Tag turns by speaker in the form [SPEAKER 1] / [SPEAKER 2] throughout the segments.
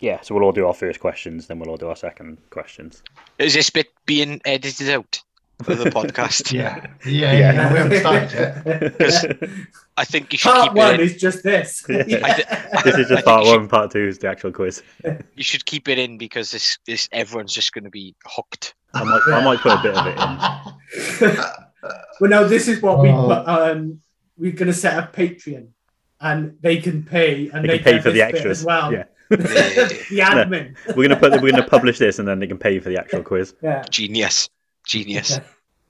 [SPEAKER 1] Yeah, so we'll all do our first questions, then we'll all do our second questions.
[SPEAKER 2] Is this bit being edited out for the podcast?
[SPEAKER 3] Yeah. Yeah, yeah. we haven't started yet.
[SPEAKER 2] I think you should
[SPEAKER 4] Part
[SPEAKER 2] keep
[SPEAKER 4] one
[SPEAKER 2] it.
[SPEAKER 4] is just this.
[SPEAKER 1] Yeah.
[SPEAKER 2] I thi-
[SPEAKER 1] This is
[SPEAKER 2] I
[SPEAKER 1] just
[SPEAKER 2] think
[SPEAKER 1] part
[SPEAKER 2] you should-
[SPEAKER 1] one, part two is the actual quiz.
[SPEAKER 2] You should keep it in because this, this everyone's just going to be hooked.
[SPEAKER 1] I might, I might put a bit of it in.
[SPEAKER 4] well, no, this is what we
[SPEAKER 3] Oh.
[SPEAKER 4] put. Um, we're going to set up Patreon, and they can pay, and they
[SPEAKER 1] They can pay
[SPEAKER 4] get
[SPEAKER 1] for the
[SPEAKER 4] this bit
[SPEAKER 1] extras.
[SPEAKER 4] as well.
[SPEAKER 1] Yeah,
[SPEAKER 4] the admin.
[SPEAKER 1] we're gonna put, we're gonna publish this, and then they can pay for the actual quiz.
[SPEAKER 4] Yeah.
[SPEAKER 2] Genius. Genius.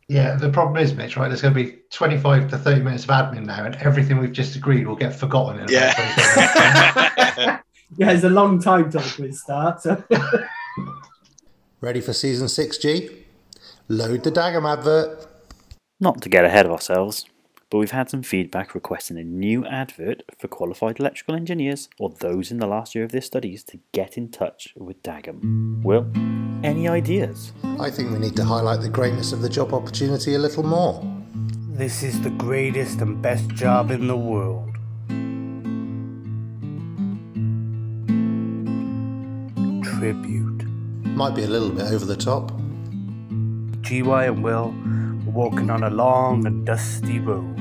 [SPEAKER 3] Yeah, the problem is, Mitch, right? There's going to be 25 to 30 minutes of admin now, and everything we've just agreed will get forgotten. In about
[SPEAKER 2] Yeah.
[SPEAKER 3] 25 minutes.
[SPEAKER 4] yeah, it's a long time till the quiz starts.
[SPEAKER 5] Ready for season 6G? Load the Dagam advert.
[SPEAKER 6] Not to get ahead of ourselves, but we've had some feedback requesting a new advert for qualified electrical engineers or those in the last year of their studies to get in touch with Dagum. Will, any ideas?
[SPEAKER 5] I think we need to highlight the greatness of the job opportunity a little more.
[SPEAKER 7] This is the greatest and best job in the world. Tribute.
[SPEAKER 5] Might be a little bit over the top.
[SPEAKER 7] GY and Will were walking on a long and dusty road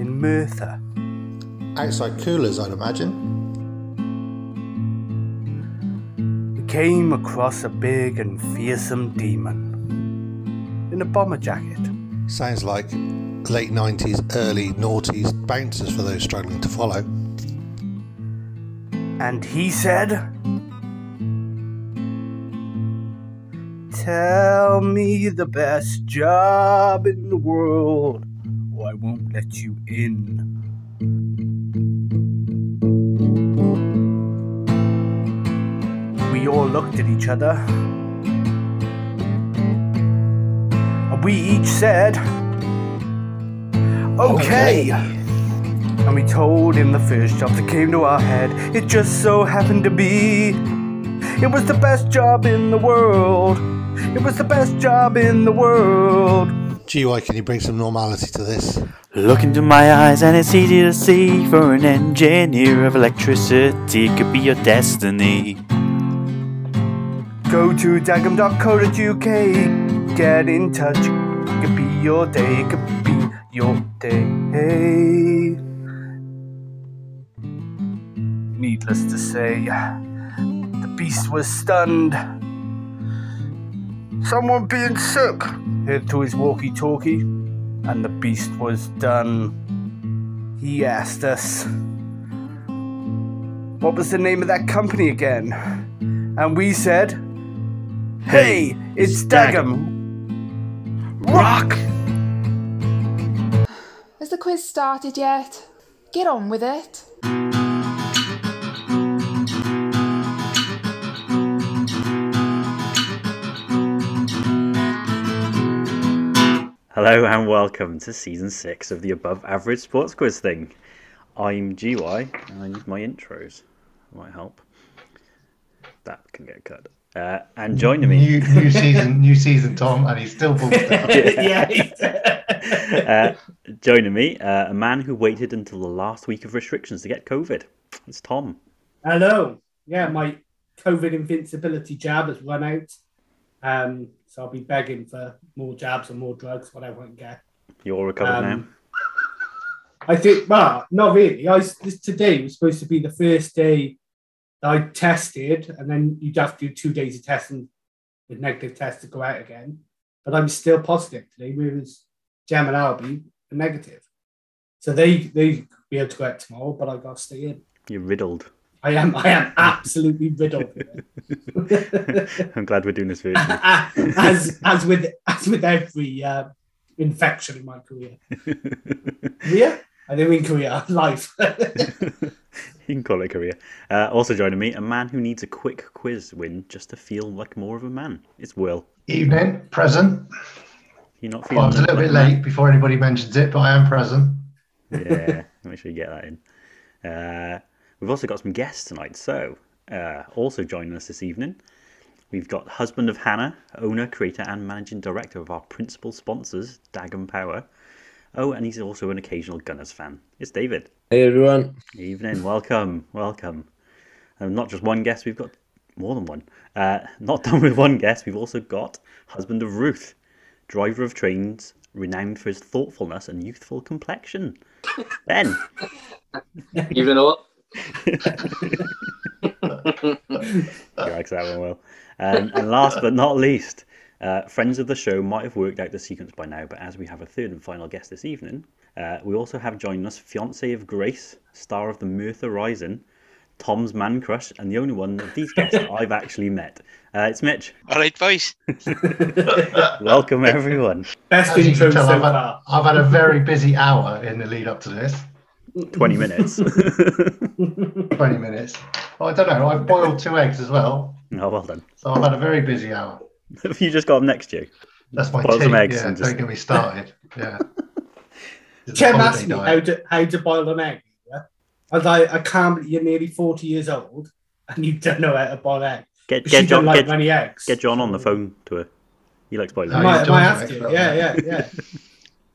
[SPEAKER 7] in Merthyr.
[SPEAKER 5] Outside coolers, I'd imagine.
[SPEAKER 7] They came across a big and fearsome demon in a bomber jacket.
[SPEAKER 5] Sounds like late 90s, early noughties bouncers for those struggling to follow.
[SPEAKER 7] And he said, Tell me the best job in the world, or I won't let you in. We all looked at each other. And we each said, Okay. And we told him the first job that came to our head. It just so happened to be. It was the best job in the world. It was the best job in the world.
[SPEAKER 5] GY, can you bring some normality to this?
[SPEAKER 6] Look into my eyes and it's easy to see For an engineer of electricity could be your destiny
[SPEAKER 7] Go to dagum.co.uk. Get in touch. It could be your day. It could be your day. Needless to say, the beast was stunned. Someone being sick. Heard through his walkie talkie, and the beast was done. He asked us, What was the name of that company again? and we said, Hey, it's Dagum. Rock!
[SPEAKER 8] Has the quiz started yet? Get on with it.
[SPEAKER 1] Hello and welcome to season six of the Above Average Sports Quiz thing. I'm GY and I need my intros. Might help. That can get cut. Uh, and joining me,
[SPEAKER 3] new, new season, new season, Tom, and he's still bored.
[SPEAKER 4] yeah.
[SPEAKER 1] uh, joining me, uh, a man who waited until the last week of restrictions to get COVID. It's Tom.
[SPEAKER 4] Hello. Yeah, my COVID invincibility jab has run out. Um, so I'll be begging for more jabs and more drugs, whatever I can get.
[SPEAKER 1] You're all recovered
[SPEAKER 4] Um, I think, well, not really. I s- this, today was supposed to be the first day that I tested, and then you'd have to do two days of testing with negative tests to go out again. But I'm still positive today, whereas Gem and Albie are negative. So they they be able to go out tomorrow, but I got to stay in.
[SPEAKER 1] now. You're riddled.
[SPEAKER 4] I am I am absolutely riddled. with it.
[SPEAKER 1] I'm glad we're doing this virtually.
[SPEAKER 4] as as with as with every uh, infection in my career. Yeah, I think in Korea, life.
[SPEAKER 1] you can call it a career. Uh, also joining me, a man who needs a quick quiz win just to feel like more of a man. It's Will.
[SPEAKER 3] Evening, present.
[SPEAKER 1] You're not
[SPEAKER 3] Well, I
[SPEAKER 1] feeling
[SPEAKER 3] was Oh, a little
[SPEAKER 1] like
[SPEAKER 3] bit
[SPEAKER 1] a man?
[SPEAKER 3] late before anybody mentions it, but I am present.
[SPEAKER 1] yeah, make sure you get that in. Uh, we've also got some guests tonight. So, uh, also joining us this evening, we've got husband of Hannah, owner, creator, and managing director of our principal sponsors, Dagon Power. Oh, and he's also an occasional Gunners fan. It's David.
[SPEAKER 9] Hey everyone.
[SPEAKER 1] Evening, welcome, welcome. And not just one guest, we've got more than one. Uh, not done with one guest, we've also got Husband of Ruth, driver of trains, renowned for his thoughtfulness and youthful complexion. Ben,
[SPEAKER 9] Even up.
[SPEAKER 1] he likes that one well. Um, and last but not least, uh, friends of the show might have worked out the sequence by now, but as we have a third and final guest this evening, uh, we also have joining us fiance of Grace, star of the Mirtha Rising, Tom's man crush, and the only one of these guests that I've actually met. Uh, it's Mitch.
[SPEAKER 2] All right, boys.
[SPEAKER 1] Welcome everyone.
[SPEAKER 4] Best
[SPEAKER 3] As you
[SPEAKER 4] intro
[SPEAKER 3] can
[SPEAKER 4] so
[SPEAKER 3] tell, I've had,
[SPEAKER 4] far.
[SPEAKER 3] I've had a very busy hour in the lead up to this.
[SPEAKER 1] Twenty minutes.
[SPEAKER 3] Twenty minutes. Oh, I don't know. I've boiled two eggs as well,
[SPEAKER 1] oh, well done.
[SPEAKER 3] so I've had a very busy hour.
[SPEAKER 1] Have you just got them next to you?
[SPEAKER 3] That's my
[SPEAKER 1] Boil
[SPEAKER 3] tea.
[SPEAKER 1] some eggs
[SPEAKER 3] yeah,
[SPEAKER 1] and
[SPEAKER 3] don't
[SPEAKER 1] just-
[SPEAKER 3] get me started. Yeah. It's a
[SPEAKER 4] Chem
[SPEAKER 3] holiday
[SPEAKER 4] asked me
[SPEAKER 3] diet.
[SPEAKER 4] how to how to boil an egg. Yeah? I was like, I can't. believe You're nearly forty years old and you don't know how to boil eggs.
[SPEAKER 1] Get
[SPEAKER 4] She
[SPEAKER 1] get
[SPEAKER 4] don't
[SPEAKER 1] John
[SPEAKER 4] like
[SPEAKER 1] get,
[SPEAKER 4] many eggs.
[SPEAKER 1] get John on the phone to her. He likes boiling.
[SPEAKER 3] Oh,
[SPEAKER 4] I
[SPEAKER 3] yeah,
[SPEAKER 4] might, I
[SPEAKER 3] John's
[SPEAKER 4] might
[SPEAKER 3] an
[SPEAKER 4] ask
[SPEAKER 3] expert
[SPEAKER 4] you.
[SPEAKER 3] on
[SPEAKER 4] Yeah, yeah,
[SPEAKER 3] that.
[SPEAKER 4] yeah.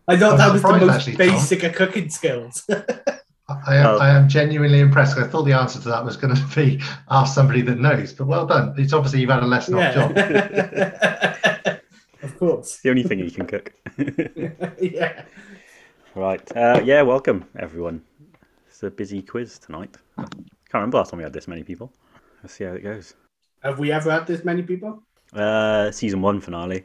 [SPEAKER 4] I thought
[SPEAKER 3] I'm
[SPEAKER 4] that was the
[SPEAKER 3] surprised,
[SPEAKER 4] most
[SPEAKER 3] actually, Tom.
[SPEAKER 4] basic of cooking skills.
[SPEAKER 3] I am,
[SPEAKER 1] Oh.
[SPEAKER 3] I am genuinely impressed. I thought the answer to that was going to be ask somebody that knows, but well done. It's obviously you've had a lesson on John.
[SPEAKER 4] yeah. of course.
[SPEAKER 1] It's the only thing he can cook.
[SPEAKER 4] yeah.
[SPEAKER 1] right. Uh, yeah. Welcome everyone. It's a busy quiz tonight. Can't remember last time we had this many people. Let's see how it goes.
[SPEAKER 4] Have we ever had this many people?
[SPEAKER 1] Uh, season one finale.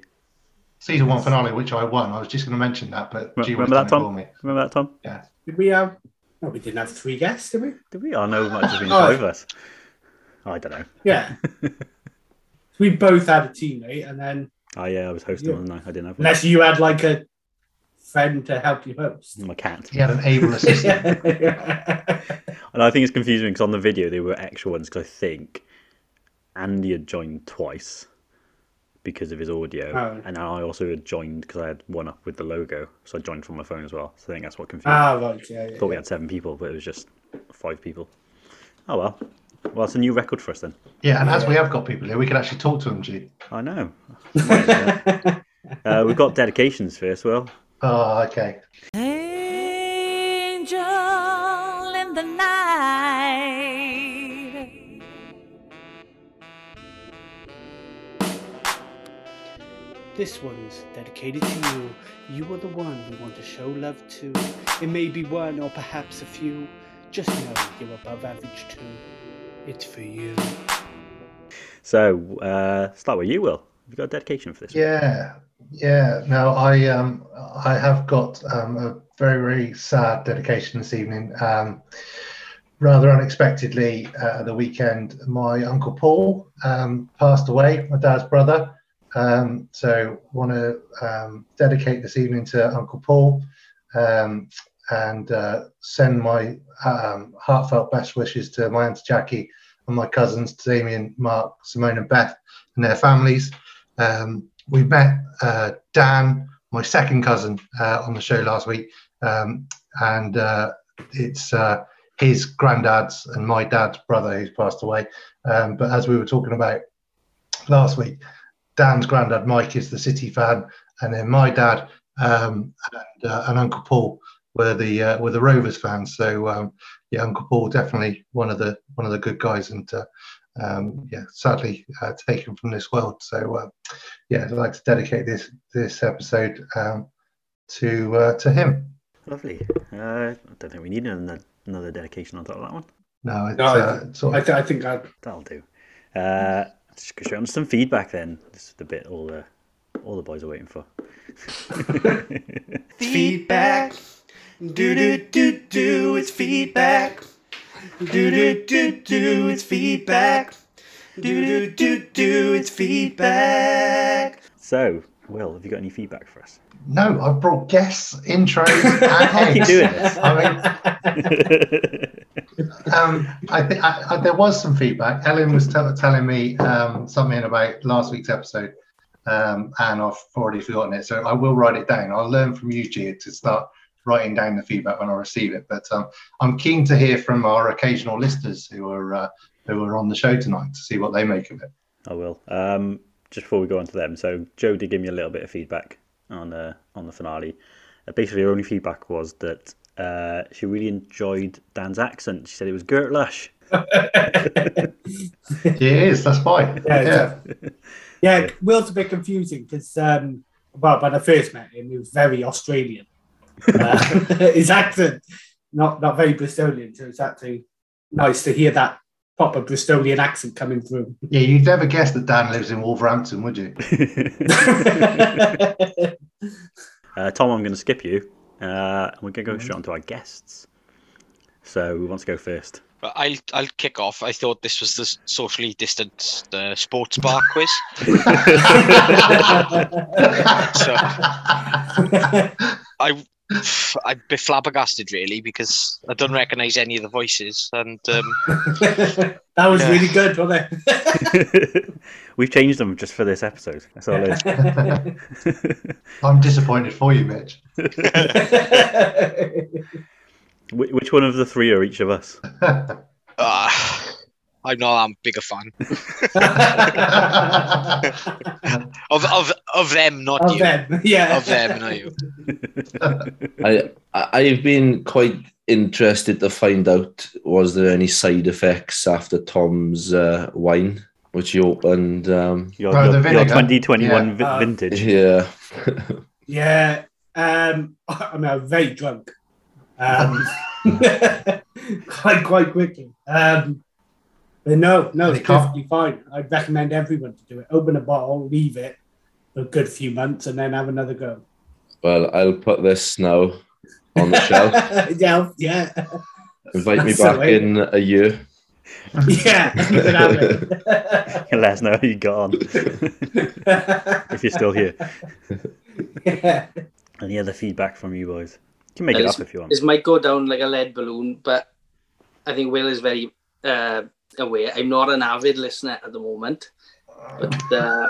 [SPEAKER 3] Season one finale, which I won. I was just going to mention that, but
[SPEAKER 1] Re-
[SPEAKER 3] G was
[SPEAKER 1] remember
[SPEAKER 3] done
[SPEAKER 1] that,
[SPEAKER 3] it
[SPEAKER 1] Tom?
[SPEAKER 3] for me.
[SPEAKER 1] Remember that, Tom?
[SPEAKER 3] Yeah.
[SPEAKER 4] Did we have? No, we didn't have three guests, did we?
[SPEAKER 1] Did we? I know much has been
[SPEAKER 4] Oh.
[SPEAKER 1] five of us. I don't know.
[SPEAKER 4] Yeah. we both had a teammate, and then
[SPEAKER 1] I yeah, I was hosting,
[SPEAKER 4] Yeah.
[SPEAKER 1] wasn't I? I didn't have one.
[SPEAKER 4] unless you had like a friend to help you host.
[SPEAKER 1] My cat.
[SPEAKER 3] He had an able assistant.
[SPEAKER 1] And I think it's confusing because on the video they were extra ones because I think Andy had joined twice because of his audio,
[SPEAKER 4] Oh.
[SPEAKER 1] and I also had joined because I had one up with the logo, so I joined from my phone as well. So I think that's what confused.
[SPEAKER 4] ah, right. Yeah. yeah,
[SPEAKER 1] Thought we
[SPEAKER 4] yeah.
[SPEAKER 1] had seven people, but it was just five people. Oh well, well it's a new record for us then.
[SPEAKER 3] Yeah, and as we have got people here, we can actually talk to them, G.
[SPEAKER 1] I know. uh, we've got dedications first. Well,
[SPEAKER 3] Oh, okay.
[SPEAKER 10] Angel in the night.
[SPEAKER 11] This one's dedicated to you. You are the one we want to show love to. It may be one or perhaps a few. Just know you're above average too. It's for you.
[SPEAKER 1] so uh, start with you, Will. Have you got a dedication for this? one?
[SPEAKER 3] Yeah, yeah. No, I um I have got um a very very sad dedication this evening. Um, rather unexpectedly uh, at the weekend, my uncle Paul um passed away, my dad's brother. Um, so want to um, dedicate this evening to Uncle Paul, um, and uh, send my um, heartfelt best wishes to my aunt Jackie and my cousins Damien, Mark, Simone, and Beth and their families. Um, we met uh, Dan, my second cousin, uh, on the show last week, um, and uh, it's uh, his granddad's and my dad's brother who's passed away. Um, but as we were talking about last week, Dan's granddad Mike is the City fan, and then my dad um, and, uh, and Uncle Paul were the uh, were the Rovers fans. So um, yeah, Uncle Paul definitely one of the one of the good guys, and uh, um, yeah, sadly uh, taken from this world. So uh, yeah, I'd like to dedicate this this episode um, to uh, to him.
[SPEAKER 1] Lovely. Uh, I don't think we need another, another dedication on top of that one.
[SPEAKER 3] No, it's,
[SPEAKER 4] No, I
[SPEAKER 3] uh, it's sort
[SPEAKER 4] I,
[SPEAKER 3] of,
[SPEAKER 4] th- I think I.
[SPEAKER 1] That'll do. Uh, just go straight on to some feedback then. This is the bit all the all the boys are waiting for.
[SPEAKER 7] Feedback. Do do do do, it's feedback. Do do do do, it's feedback. Do do do do, it's feedback.
[SPEAKER 1] so, Will, have you got any feedback for us?
[SPEAKER 3] no, I've brought guests, intros, and
[SPEAKER 1] Keep
[SPEAKER 3] eggs.
[SPEAKER 1] doing this.
[SPEAKER 3] I mean, um, I think I, I, there was some feedback. Ellen was tell telling me um, something about last week's episode, um, and I've already forgotten it. So I will write it down. I'll learn from you, Gia, to start writing down the feedback when I receive it. But um, I'm keen to hear from our occasional listeners who are uh, who are on the show tonight to see what they make of it.
[SPEAKER 1] I will. Um, just before we go on to them, so Joe did give me a little bit of feedback on uh, on the finale. Uh, basically, her only feedback was that uh, she really enjoyed Dan's accent. She said it was Gert Lush.
[SPEAKER 3] it is. That's why.
[SPEAKER 4] Yeah, yeah. yeah, Will's a bit confusing because, um, well, when I first met him, he was very Australian. Uh, his accent, not not very Bristolian, so it's actually nice to hear that proper Bristolian accent coming through.
[SPEAKER 3] Yeah, you'd never guess that Dan lives in Wolverhampton, would you?
[SPEAKER 1] Uh, Tom, I'm going to skip you. Uh, and we're going to go straight on to our guests. So, who wants to go first?
[SPEAKER 2] But I'll I'll kick off. I thought this was the s- socially distanced uh, sports bar quiz. so I I'd be flabbergasted really because I don't recognise any of the voices and um,
[SPEAKER 4] That was
[SPEAKER 2] Yeah.
[SPEAKER 4] really good, wasn't it?
[SPEAKER 1] We've changed them just for this episode. That's all it is.
[SPEAKER 3] I'm disappointed for you, Mitch.
[SPEAKER 1] Wh- Which one of the three are each of us?
[SPEAKER 2] uh, I'm not that big a fan of of of them, not
[SPEAKER 4] Of
[SPEAKER 2] you.
[SPEAKER 4] them, yeah.
[SPEAKER 2] of them, not you.
[SPEAKER 12] I I- I've been quite interested to find out was there any side effects after Tom's uh, wine, which he opened. Um,
[SPEAKER 1] your, Oh, the your- your vinegar. 2021 Yeah. vi- Uh, vintage.
[SPEAKER 12] Yeah.
[SPEAKER 4] Yeah, um, I mean, I'm very drunk. Um, quite, quite quickly. Um, but no, no, it's perfectly fine. I'd recommend everyone to do it. Open a bottle, leave it for a good few months, and then have another go.
[SPEAKER 12] Well, I'll put this now on the shelf.
[SPEAKER 4] yeah, yeah,
[SPEAKER 12] Invite me
[SPEAKER 4] That's the
[SPEAKER 12] back
[SPEAKER 4] way.
[SPEAKER 12] in a year.
[SPEAKER 4] yeah. You can have it.
[SPEAKER 1] Let us know how you got on. if you're still here.
[SPEAKER 4] Yeah.
[SPEAKER 1] Any other feedback from you boys? You can make it
[SPEAKER 9] This-
[SPEAKER 1] up if you want.
[SPEAKER 9] This might go down like a lead balloon, but I think Will is very uh, aware. I'm not an avid listener at the moment. But uh,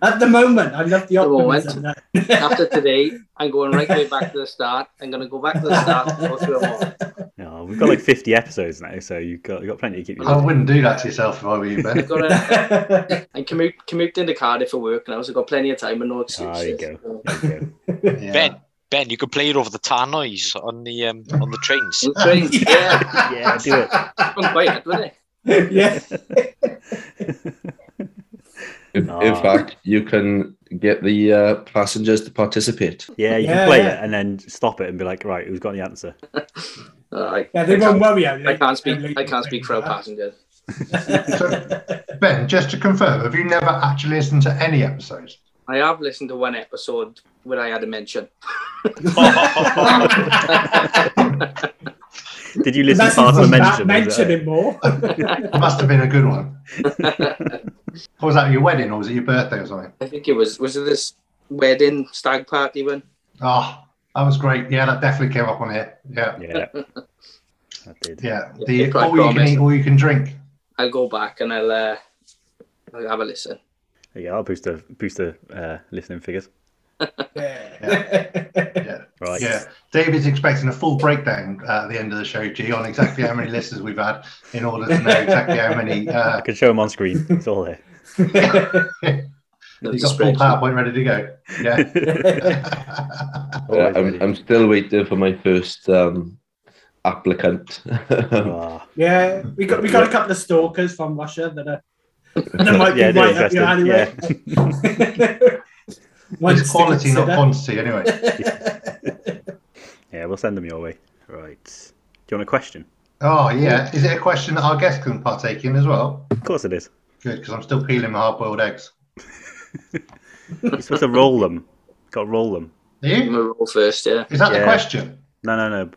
[SPEAKER 4] At the moment, I love the
[SPEAKER 9] the moment,
[SPEAKER 4] optimism. that-
[SPEAKER 9] after today, I'm going right way back to the start. I'm going to go back to the start and go through them all.
[SPEAKER 1] No, we've got like 50 episodes now, so you've got, you've got plenty to keep you
[SPEAKER 3] I wouldn't do that to yourself if I were you, Ben.
[SPEAKER 9] I've got a, I commute, commute into Cardiff for work now, so I've got plenty of time and no excuses.
[SPEAKER 1] Ah, There you go.
[SPEAKER 2] Ben, Ben, you could play it over the tar noise on the um, on the trains.
[SPEAKER 9] On the trains, yeah.
[SPEAKER 1] yeah, do it.
[SPEAKER 9] I'm quiet, wouldn't it?
[SPEAKER 4] yeah.
[SPEAKER 12] In, in fact, you can get the uh, passengers to participate.
[SPEAKER 1] Yeah, you
[SPEAKER 4] Yeah,
[SPEAKER 1] can play
[SPEAKER 4] yeah.
[SPEAKER 1] it and then stop it and be like, right, who's got the answer?
[SPEAKER 4] Yeah, they won't worry. I
[SPEAKER 9] I can't speak. I can't speak for our passengers.
[SPEAKER 3] Ben, just to confirm, have you never actually listened to any episodes?
[SPEAKER 9] I have listened to one episode where I had a mention.
[SPEAKER 1] Did you listen
[SPEAKER 9] That's
[SPEAKER 1] past the
[SPEAKER 9] even
[SPEAKER 1] mention?
[SPEAKER 9] that
[SPEAKER 1] was that
[SPEAKER 9] mention
[SPEAKER 4] Mention
[SPEAKER 1] it?
[SPEAKER 4] more.
[SPEAKER 3] It must have been a good one. What was that, your wedding or was it your birthday or something?
[SPEAKER 9] I think it was was it this wedding stag party one?
[SPEAKER 3] Oh, that was great. Yeah, that definitely came up on here. Yeah.
[SPEAKER 1] Yeah.
[SPEAKER 3] Yeah.
[SPEAKER 9] Yeah,
[SPEAKER 3] The
[SPEAKER 9] if I
[SPEAKER 3] all you can
[SPEAKER 9] promise.
[SPEAKER 3] eat, all you can drink.
[SPEAKER 9] I'll go back and I'll, uh, I'll have a listen.
[SPEAKER 1] There you go, I'll boost the, boost the uh, listening figures. Right.
[SPEAKER 3] Yeah. David's expecting a full breakdown uh, at the end of the show, G, on exactly how many listeners we've had in order to know exactly how many. Uh,
[SPEAKER 1] I can show them on screen. It's all there.
[SPEAKER 3] you've got full PowerPoint ready to go. Yeah.
[SPEAKER 12] Yeah, I'm, I'm still waiting for my first um, applicant.
[SPEAKER 1] Ah,
[SPEAKER 4] Yeah, we got we got a couple of stalkers from Russia that are that might
[SPEAKER 12] Yeah,
[SPEAKER 4] be
[SPEAKER 12] they're
[SPEAKER 4] right up your alleyway.
[SPEAKER 12] interested,
[SPEAKER 4] Ones
[SPEAKER 3] it's
[SPEAKER 4] to
[SPEAKER 3] quality, not
[SPEAKER 4] consider.
[SPEAKER 3] quantity, anyway.
[SPEAKER 1] Yeah, we'll send them your way. Right. Do you want a question?
[SPEAKER 3] Oh, yeah. Is it a question that our guest can partake in as well?
[SPEAKER 1] Of course it is.
[SPEAKER 3] Good, because I'm still peeling my hard boiled eggs.
[SPEAKER 1] You're supposed to roll them. Got to roll them.
[SPEAKER 3] Yeah? Give
[SPEAKER 9] him a roll first, yeah.
[SPEAKER 3] Is that the question?
[SPEAKER 1] No, no, no.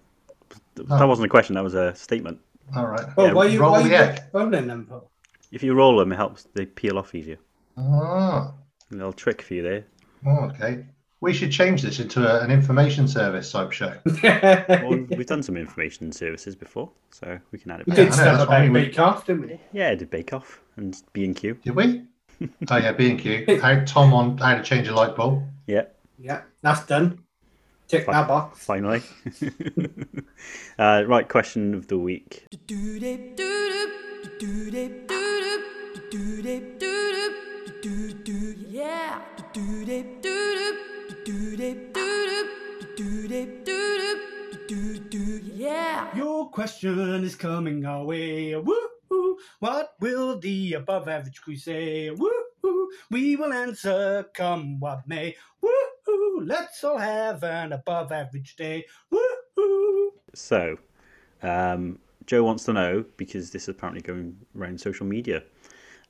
[SPEAKER 1] That
[SPEAKER 3] Oh.
[SPEAKER 1] wasn't a question. That was a statement.
[SPEAKER 3] All right.
[SPEAKER 4] Oh,
[SPEAKER 1] Yeah,
[SPEAKER 4] why you
[SPEAKER 1] roll
[SPEAKER 4] why
[SPEAKER 1] the
[SPEAKER 4] you
[SPEAKER 1] egg.
[SPEAKER 4] rolling them? for?
[SPEAKER 1] If you roll them, it helps. They peel off easier.
[SPEAKER 3] Ah,
[SPEAKER 1] A little trick for you there.
[SPEAKER 3] oh, okay. We should change this into a, an information service type show.
[SPEAKER 1] Well, we've done some information services before, so we can add it.
[SPEAKER 4] We
[SPEAKER 1] back.
[SPEAKER 4] did stuff about Bake Off, didn't we?
[SPEAKER 1] Yeah, I did Bake Off and B and Q.
[SPEAKER 3] Did we? oh yeah, B and Q. How Tom on how to change a light bulb.
[SPEAKER 1] Yeah,
[SPEAKER 4] Yeah, that's done. Tick
[SPEAKER 1] Fine.
[SPEAKER 4] that box.
[SPEAKER 1] finally. uh, right, question of the week.
[SPEAKER 10] Yeah.
[SPEAKER 11] Your question is coming our way. Woo-hoo. What will the above average crew say? Woo-hoo. We will answer come what may. Woo-hoo. Let's all have an above average day. Woo-hoo.
[SPEAKER 1] So, um, Joe wants to know because this is apparently going around social media.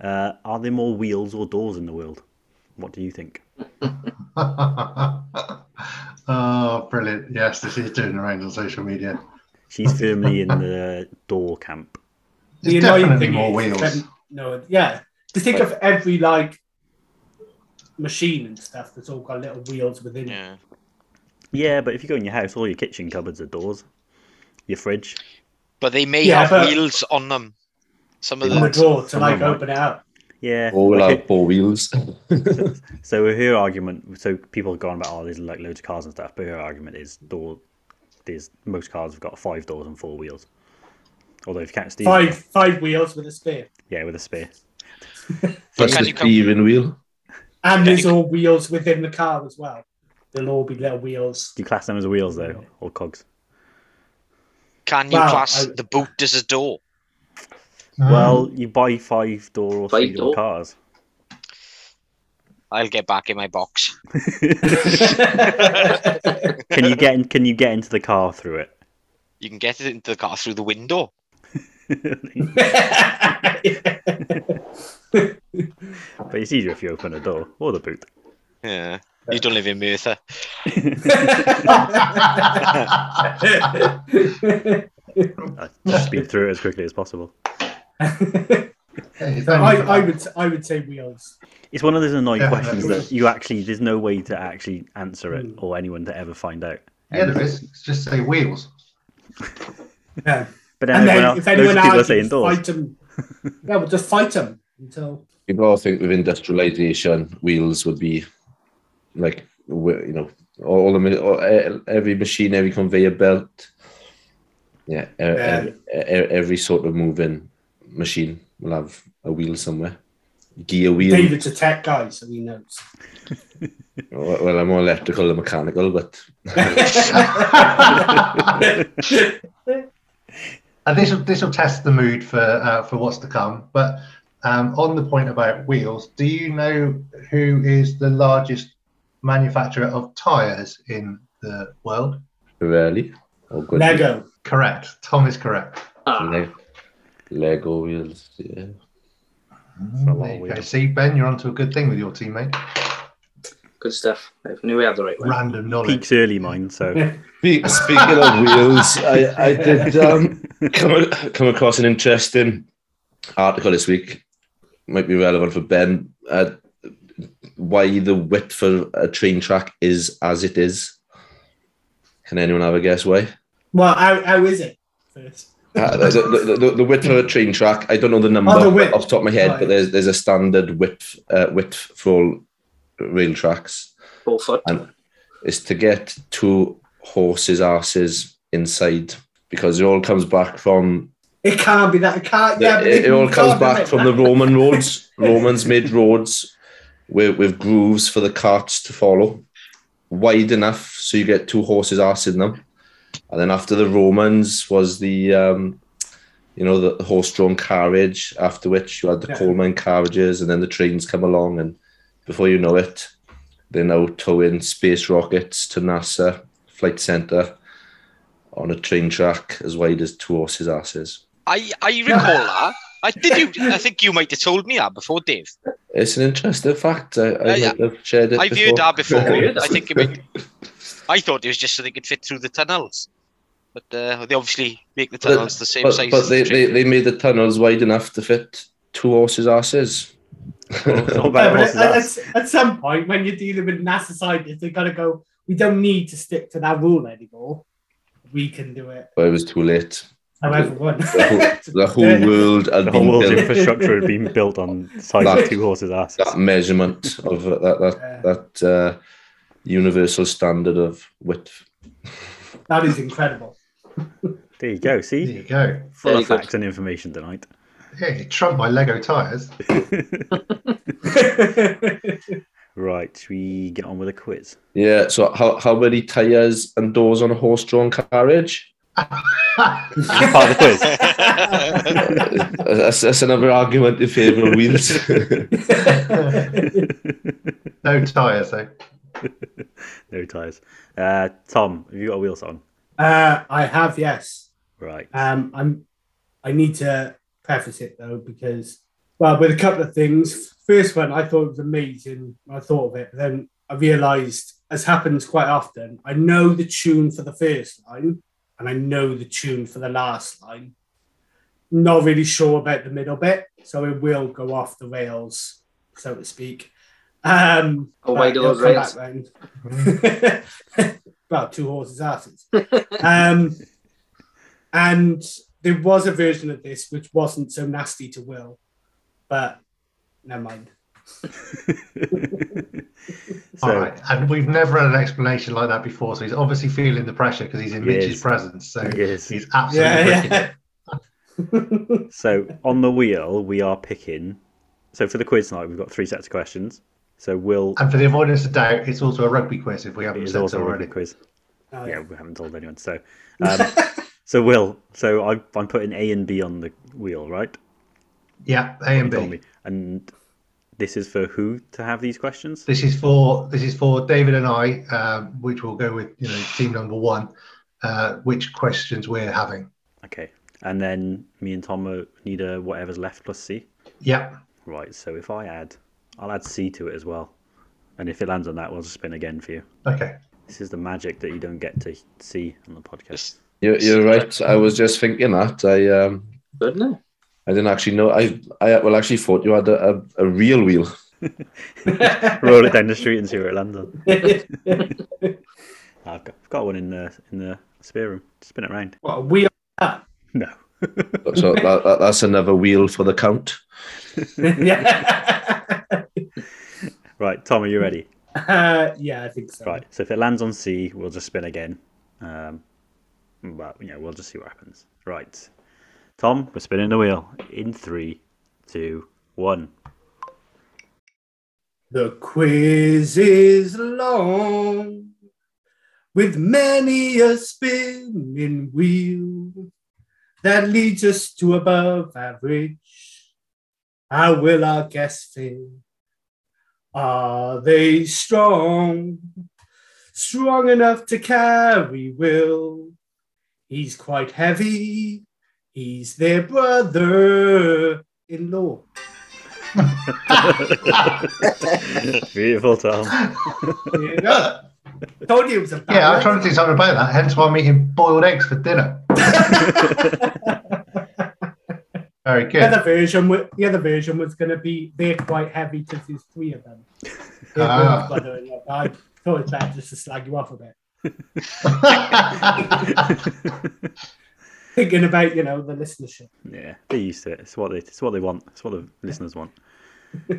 [SPEAKER 1] Uh, are there more wheels or doors in the world? What do you think?
[SPEAKER 3] Oh, brilliant. Yes, this is doing around on social media.
[SPEAKER 1] She's firmly in the door camp.
[SPEAKER 3] There's
[SPEAKER 4] The annoying
[SPEAKER 3] definitely
[SPEAKER 4] thing
[SPEAKER 3] more
[SPEAKER 4] is,
[SPEAKER 3] wheels.
[SPEAKER 4] then- no, yeah. To think of every like machine and stuff that's all got little wheels within it.
[SPEAKER 1] Yeah, but if you go in your house, all your kitchen cupboards are doors. Your fridge.
[SPEAKER 2] But they may
[SPEAKER 4] Yeah,
[SPEAKER 2] have
[SPEAKER 4] but-
[SPEAKER 2] wheels on them. Some of
[SPEAKER 1] They
[SPEAKER 2] them.
[SPEAKER 1] might.
[SPEAKER 4] Draw to
[SPEAKER 1] Some
[SPEAKER 4] like
[SPEAKER 1] of 'em
[SPEAKER 4] open it up.
[SPEAKER 1] Yeah.
[SPEAKER 12] All will
[SPEAKER 1] like
[SPEAKER 12] have four wheels.
[SPEAKER 1] So her argument, so people have gone about, oh, there's like loads of cars and stuff, but her argument is door, there's most cars have got five doors and four wheels. Although if you can't Steve,
[SPEAKER 4] Five five wheels with a spear.
[SPEAKER 1] yeah, with a spear.
[SPEAKER 12] Plus the steering wheel.
[SPEAKER 4] And there's all wheels within the car as well. They'll all be little wheels.
[SPEAKER 1] Do you class them as wheels though, or cogs?
[SPEAKER 2] Can you
[SPEAKER 4] Well,
[SPEAKER 2] class
[SPEAKER 4] I-
[SPEAKER 2] the boot as a door?
[SPEAKER 3] Um,
[SPEAKER 1] Well, you buy five door or three
[SPEAKER 2] Five
[SPEAKER 1] door
[SPEAKER 2] door.
[SPEAKER 1] cars.
[SPEAKER 2] I'll get back in my box.
[SPEAKER 1] Can you get in, can you get into the car through it?
[SPEAKER 2] You can get it into the car through the window.
[SPEAKER 1] But it's easier if you open a door or the boot.
[SPEAKER 2] Yeah. You don't live in Merthyr.
[SPEAKER 1] I've just been through it as quickly as possible.
[SPEAKER 4] So I, I would I would say wheels.
[SPEAKER 1] It's one of those annoying
[SPEAKER 4] Yeah,
[SPEAKER 1] questions
[SPEAKER 4] that's-
[SPEAKER 1] that you actually there's no way to actually answer
[SPEAKER 4] Hmm.
[SPEAKER 1] it or anyone to ever find out.
[SPEAKER 3] Yeah, there is. It's just say wheels.
[SPEAKER 4] Yeah.
[SPEAKER 1] But then
[SPEAKER 4] And
[SPEAKER 1] everyone
[SPEAKER 4] then
[SPEAKER 1] else,
[SPEAKER 4] if anyone
[SPEAKER 1] loads of people are
[SPEAKER 4] argues,
[SPEAKER 1] saying "Oh, doors.
[SPEAKER 4] fight them. Yeah, we'll just fight them until
[SPEAKER 12] People all think with industrialization, wheels would be like wh- you know all the ma- all, e- every machine, every conveyor belt, yeah, e-
[SPEAKER 4] Yeah.
[SPEAKER 12] e- e- every sort of moving machine will have a wheel somewhere. Gear wheel.
[SPEAKER 4] David's a tech guy, so he knows.
[SPEAKER 12] Well, well, I'm more electrical than mechanical, but
[SPEAKER 3] And this will this will test the mood for uh, for what's to come. But um, on the point about wheels, do you know who is the largest manufacturer of tires in the world?
[SPEAKER 12] rarely. Oh, good.
[SPEAKER 4] Lego.
[SPEAKER 3] Correct. Tom is correct.
[SPEAKER 12] Le- Lego wheels. Yeah.
[SPEAKER 3] There you go. See, Ben, you're onto a good thing with your teammate.
[SPEAKER 9] Good stuff. I knew we had the right one.
[SPEAKER 3] Random knowledge.
[SPEAKER 1] Peaks early mine, so
[SPEAKER 12] Speak- Speaking of wheels, I, I did um, come, come across an interesting article this week. Might be relevant for Ben. Uh, why the width for a train track is as it is. Can anyone have a guess why?
[SPEAKER 4] Well, how, how is it? First.
[SPEAKER 12] Uh, the, the, the, the width of a train track. I don't know the number
[SPEAKER 4] Oh, the width.
[SPEAKER 12] off the top of my head, but
[SPEAKER 4] Right.
[SPEAKER 12] there's there's a standard width uh, width for all rail tracks,
[SPEAKER 9] Four foot.
[SPEAKER 12] and it's to get two horses' asses inside because it all comes back from
[SPEAKER 4] It can't be that. It can't. Yeah, but
[SPEAKER 12] it, it all
[SPEAKER 4] can't
[SPEAKER 12] comes
[SPEAKER 4] be
[SPEAKER 12] back
[SPEAKER 4] that.
[SPEAKER 12] from the Roman roads. Romans made roads with, with grooves for the carts to follow, wide enough so you get two horses' ass in them. And then after the Romans was the, um, you know, the horse-drawn carriage. After which you had the
[SPEAKER 4] Yeah.
[SPEAKER 12] coalman carriages, and then the trains come along, and before you know it, they're now towing space rockets to NASA Flight Center on a train track as wide as two horses' asses.
[SPEAKER 2] I, I recall that. I did you I think you might have told me that before, Dave.
[SPEAKER 12] It's an interesting fact. I, I
[SPEAKER 2] Uh, yeah.
[SPEAKER 12] might have shared it.
[SPEAKER 2] I've
[SPEAKER 12] before.
[SPEAKER 2] heard that before. I think it might, I thought it was just so they could fit through the tunnels. But uh, they obviously make the tunnels the same
[SPEAKER 12] but,
[SPEAKER 2] size.
[SPEAKER 12] But
[SPEAKER 2] as the
[SPEAKER 12] they, they,
[SPEAKER 2] train.
[SPEAKER 12] they made the tunnels wide enough to fit two horses' asses.
[SPEAKER 1] Oh,
[SPEAKER 4] Yeah, but at, at- at some point, when you're dealing with NASA scientists, they've got to go, we don't need to stick to that rule anymore. We can do it
[SPEAKER 12] But it was too late.
[SPEAKER 4] however one.
[SPEAKER 12] The whole, the whole world had
[SPEAKER 1] the whole
[SPEAKER 12] been
[SPEAKER 1] world's
[SPEAKER 12] built-
[SPEAKER 1] infrastructure had been built on the size of
[SPEAKER 12] That-
[SPEAKER 1] two horses' ass.
[SPEAKER 12] That measurement of uh, that that, that uh, universal standard of width.
[SPEAKER 4] that is incredible.
[SPEAKER 1] There you go. See,
[SPEAKER 3] there you go.
[SPEAKER 1] Full
[SPEAKER 3] Very
[SPEAKER 1] of
[SPEAKER 3] good.
[SPEAKER 1] facts and information tonight.
[SPEAKER 3] Hey, trumped by Lego tires.
[SPEAKER 1] Right, should we get on with a quiz?
[SPEAKER 12] Yeah. So how how many tires and doors on a horse-drawn carriage?
[SPEAKER 1] Oh,
[SPEAKER 6] part of
[SPEAKER 12] the quiz. that's, that's another argument in favour of wheels.
[SPEAKER 3] no tyres, though.
[SPEAKER 1] no tires. Uh, Tom, have you got wheels on?
[SPEAKER 4] Uh, I have, yes.
[SPEAKER 1] Right.
[SPEAKER 4] Um, I'm. I need to preface it though because, well, with a couple of things. First one, I thought it was amazing. when I thought of it, but then I realised, as happens quite often, I know the tune for the first line and I know the tune for the last line. Not really sure about the middle bit, so it will go off the rails, so to speak. Um,
[SPEAKER 9] Away
[SPEAKER 4] but
[SPEAKER 9] to
[SPEAKER 4] it'll
[SPEAKER 9] those
[SPEAKER 4] come
[SPEAKER 9] rails.
[SPEAKER 4] back round. well, two horses' asses. um, and there was a version of this which wasn't so nasty to Will, but never mind.
[SPEAKER 3] All right, and we've never had an explanation like that before, so he's obviously feeling the pressure because he's in
[SPEAKER 1] He
[SPEAKER 3] Mitch's
[SPEAKER 1] is.
[SPEAKER 3] presence. So
[SPEAKER 1] He is.
[SPEAKER 3] he's absolutely
[SPEAKER 1] Yeah, yeah.
[SPEAKER 3] bricking it.
[SPEAKER 1] So on the wheel, we are picking. So for the quiz tonight, we've got three sets of questions. So Will
[SPEAKER 3] And for the avoidance of doubt, it's also a rugby quiz if we haven't
[SPEAKER 1] is
[SPEAKER 3] said so
[SPEAKER 1] also
[SPEAKER 3] already.
[SPEAKER 1] a quiz.
[SPEAKER 4] Oh,
[SPEAKER 1] yeah, we haven't told anyone. So, um, so Will, so I, I'm putting A and B on the wheel, right?
[SPEAKER 3] Yeah, A and
[SPEAKER 1] You told
[SPEAKER 3] B.
[SPEAKER 1] me. And this is for who to have these questions?
[SPEAKER 3] This is for this is for David and I, um, which will go with you know team number one, uh, which questions we're having.
[SPEAKER 1] Okay. And then me and Tom are- need a whatever's left plus C.
[SPEAKER 3] Yeah.
[SPEAKER 1] Right. So if I add, I'll add C to it as well. And if it lands on that, we'll just spin again for you.
[SPEAKER 3] Okay.
[SPEAKER 1] This is the magic that you don't get to see on the podcast.
[SPEAKER 12] You're, you're right. I
[SPEAKER 3] um,
[SPEAKER 12] was just thinking that. I um,
[SPEAKER 9] Goodness.
[SPEAKER 12] I didn't actually know. I I well actually thought you had a, a, a real wheel. Roll
[SPEAKER 1] it down the street and see where it lands on. I've got, I've got one in the in the spare room. Spin it round.
[SPEAKER 4] What we are.
[SPEAKER 1] No.
[SPEAKER 12] So that, that, that's another wheel for the count.
[SPEAKER 1] Right, Tom, are you ready?
[SPEAKER 4] Uh, yeah, I think so.
[SPEAKER 1] Right. So if it lands on C, we'll just spin again. Um, but you know, we'll just see what happens. Right. Tom, we're spinning the wheel in three, two, one.
[SPEAKER 4] The quiz is long with many a spinning wheel that leads us to above average. How will our guests fare? Are they strong? Strong enough to carry Will. He's quite heavy. He's their brother in law.
[SPEAKER 1] Beautiful, Tom.
[SPEAKER 4] Yeah. Told you it was a bad
[SPEAKER 3] Yeah, I'm
[SPEAKER 4] word.
[SPEAKER 3] trying to do something about that. Hence why I'm eating boiled eggs for dinner. Very
[SPEAKER 4] The other
[SPEAKER 3] good.
[SPEAKER 4] version, wa- the other version was going to be they're quite heavy because there's three of them. They're
[SPEAKER 3] Ah.
[SPEAKER 4] both brother-in-law. I thought it's better just to slag you off a bit.
[SPEAKER 3] Uh,
[SPEAKER 4] Thinking about you know the listenership.
[SPEAKER 1] Yeah, they're used to it. It's what they it's what they want. It's what the listeners want.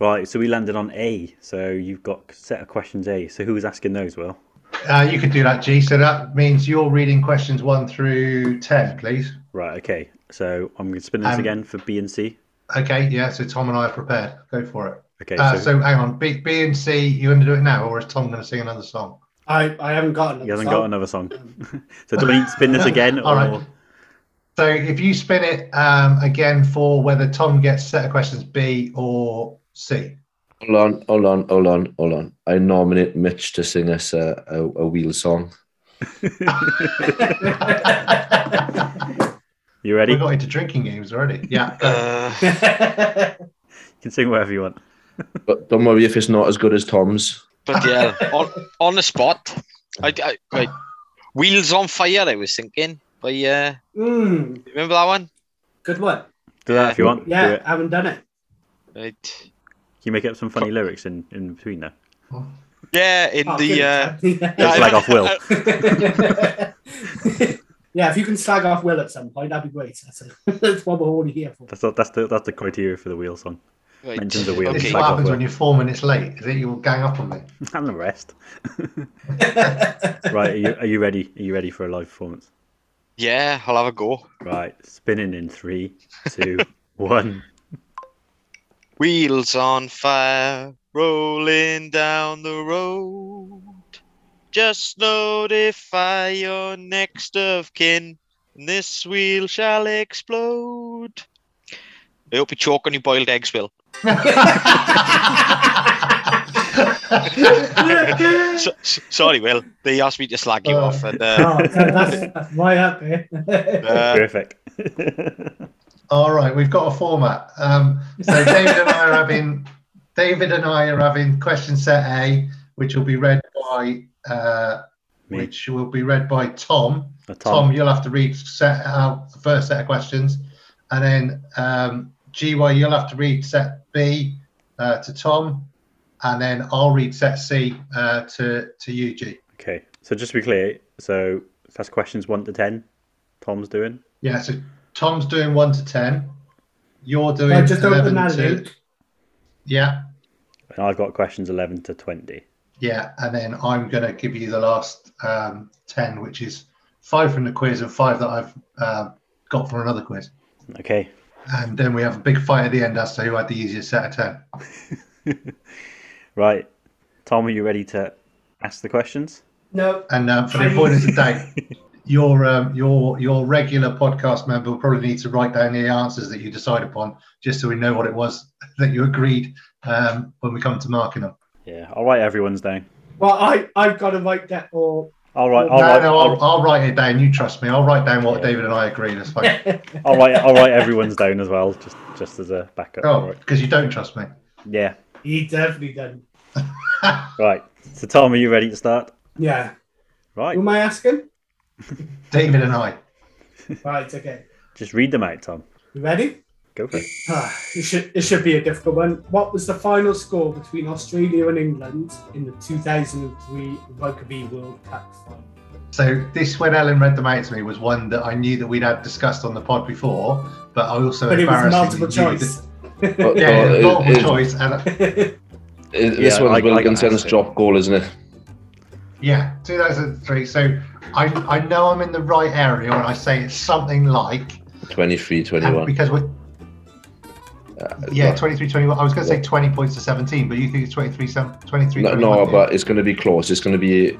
[SPEAKER 1] right, so we landed on A. So you've got set of questions A. So who was asking those, Will?
[SPEAKER 3] Uh, you could do that, G. So that means you're reading questions one through ten, please.
[SPEAKER 1] Right, okay. So I'm gonna spin this
[SPEAKER 3] Um,
[SPEAKER 1] again for B and C.
[SPEAKER 3] Okay. Yeah. So Tom and I are prepared. Go for it.
[SPEAKER 1] Okay,
[SPEAKER 3] Uh,
[SPEAKER 1] so-
[SPEAKER 3] so, hang on. B, B and C. You going to do it now, or is Tom going to sing another song?
[SPEAKER 4] I, I haven't got another
[SPEAKER 1] He hasn't got another song. so do we need to spin this again or
[SPEAKER 3] um, All right. So if you spin it um, again for whether Tom gets set of questions B or C.
[SPEAKER 12] Hold on, hold on, hold on, hold on. I nominate Mitch to sing us a, a, a wheel song.
[SPEAKER 1] you ready?
[SPEAKER 3] We got into drinking games already. Yeah.
[SPEAKER 1] You can sing whatever you want.
[SPEAKER 12] But don't worry if it's not as good as Tom's.
[SPEAKER 2] But yeah, on, on the spot. I, I, right. Wheels on Fire, I was thinking. But yeah,
[SPEAKER 4] Mm,
[SPEAKER 2] remember that one?
[SPEAKER 4] good one.
[SPEAKER 1] Do that if you want. Do
[SPEAKER 4] Yeah,
[SPEAKER 1] it.
[SPEAKER 4] I haven't done it.
[SPEAKER 2] Right.
[SPEAKER 1] You make up some funny lyrics in, in between there.
[SPEAKER 2] Yeah, in
[SPEAKER 4] Oh,
[SPEAKER 2] the. Uh,
[SPEAKER 4] good.
[SPEAKER 1] Don't slag off Will.
[SPEAKER 4] Yeah, if you can slag off Will at some point, that'd be great. That's, that's what we're all here for.
[SPEAKER 1] That's the, that's the that's the criteria for the wheel song.
[SPEAKER 2] Right.
[SPEAKER 1] Mentions the wheel.
[SPEAKER 3] This is
[SPEAKER 1] slag
[SPEAKER 3] what
[SPEAKER 1] off
[SPEAKER 3] happens
[SPEAKER 1] Will.
[SPEAKER 3] when you're four minutes late. Is it you will gang up on me?
[SPEAKER 1] and the rest.
[SPEAKER 4] Oh,
[SPEAKER 1] right, are you, are you ready? Are you ready for a live performance?
[SPEAKER 2] yeah, I'll have a go.
[SPEAKER 1] Right, spinning in three, two, one.
[SPEAKER 2] Wheels on fire, rolling down the road. Just notify your next of kin, and this wheel shall explode. I hope you choke on your boiled eggs, Will. so, so- sorry, Will. They asked me to slag you off. And,
[SPEAKER 4] Oh, so that's,
[SPEAKER 2] uh,
[SPEAKER 4] that's right up eh? there.
[SPEAKER 2] Uh,
[SPEAKER 1] Terrific.
[SPEAKER 3] All right, we've got a format. Um, so David and I are having David and I are having question set A, which will be read by uh, which will be read by Tom.
[SPEAKER 1] Tom.
[SPEAKER 3] you'll have to read set out the first set of questions, and then um, GY, you'll have to read set B uh, to Tom, and then I'll read set C uh, to to you, G.
[SPEAKER 1] Okay, so just to be clear, so that's questions one to ten. Tom's doing.
[SPEAKER 3] Yeah, so Tom's doing one to ten. You're doing
[SPEAKER 4] I just opened
[SPEAKER 3] eleven
[SPEAKER 4] that
[SPEAKER 3] to
[SPEAKER 4] link.
[SPEAKER 3] yeah,
[SPEAKER 1] And I've got questions eleven to twenty.
[SPEAKER 3] yeah, and then I'm gonna give you the last um, ten, which is five from the quiz and five that I've uh, got from another quiz.
[SPEAKER 1] Okay.
[SPEAKER 3] And then we have a big fight at the end as to who had the easiest set of ten.
[SPEAKER 1] Right. Tom, are you ready to ask the questions?
[SPEAKER 4] No.
[SPEAKER 3] And um, for the avoidance of doubt, your um, your your regular podcast member will probably need to write down the answers that you decide upon, just so we know what it was that you agreed um, when we come to marking them.
[SPEAKER 1] Yeah, I'll write everyone's down.
[SPEAKER 4] Well, I, I've got to write that all.
[SPEAKER 1] All right,
[SPEAKER 3] No,
[SPEAKER 1] all right.
[SPEAKER 3] no, I'll, I'll write it down. You trust me. I'll write down what David and I agree. That's fine.
[SPEAKER 1] I'll write, I'll write everyone's down as well, just just as a backup.
[SPEAKER 3] Oh,
[SPEAKER 1] All right.
[SPEAKER 3] because you don't trust me.
[SPEAKER 1] Yeah.
[SPEAKER 4] He definitely done.
[SPEAKER 1] Right. So, Tom, are you ready to start?
[SPEAKER 4] Yeah.
[SPEAKER 1] Right.
[SPEAKER 4] Who am I asking?
[SPEAKER 3] David and I.
[SPEAKER 4] Right, okay.
[SPEAKER 1] Just read them out, Tom.
[SPEAKER 4] You ready?
[SPEAKER 1] Go for it.
[SPEAKER 4] Ah, it, should, it should be a difficult one. What was the final score between Australia and England in the 2003 Rugby World Cup final?
[SPEAKER 3] So this, when Ellen read them out to me, was one that I knew that we'd had discussed on the pod before, but I also
[SPEAKER 4] But it was
[SPEAKER 3] embarrassingly
[SPEAKER 4] multiple
[SPEAKER 3] knew
[SPEAKER 4] choice.
[SPEAKER 3] that- yeah,
[SPEAKER 12] Oh, it-
[SPEAKER 3] multiple
[SPEAKER 12] it-
[SPEAKER 3] choice. And, uh,
[SPEAKER 12] It- this
[SPEAKER 1] Yeah,
[SPEAKER 12] one's
[SPEAKER 1] I-
[SPEAKER 12] Will
[SPEAKER 1] I got
[SPEAKER 12] Gunsen's
[SPEAKER 1] asked it.
[SPEAKER 12] drop goal, isn't it?
[SPEAKER 3] yeah, 2003. So I, I know I'm in the right area when I say it's something like
[SPEAKER 12] 23,
[SPEAKER 3] and
[SPEAKER 12] 21.
[SPEAKER 3] because we
[SPEAKER 12] Uh,
[SPEAKER 3] yeah 23, 21. I was going to say 20 points to 17, but you think it's 23, 23.
[SPEAKER 12] No, no, but it's going to be close. It's going to be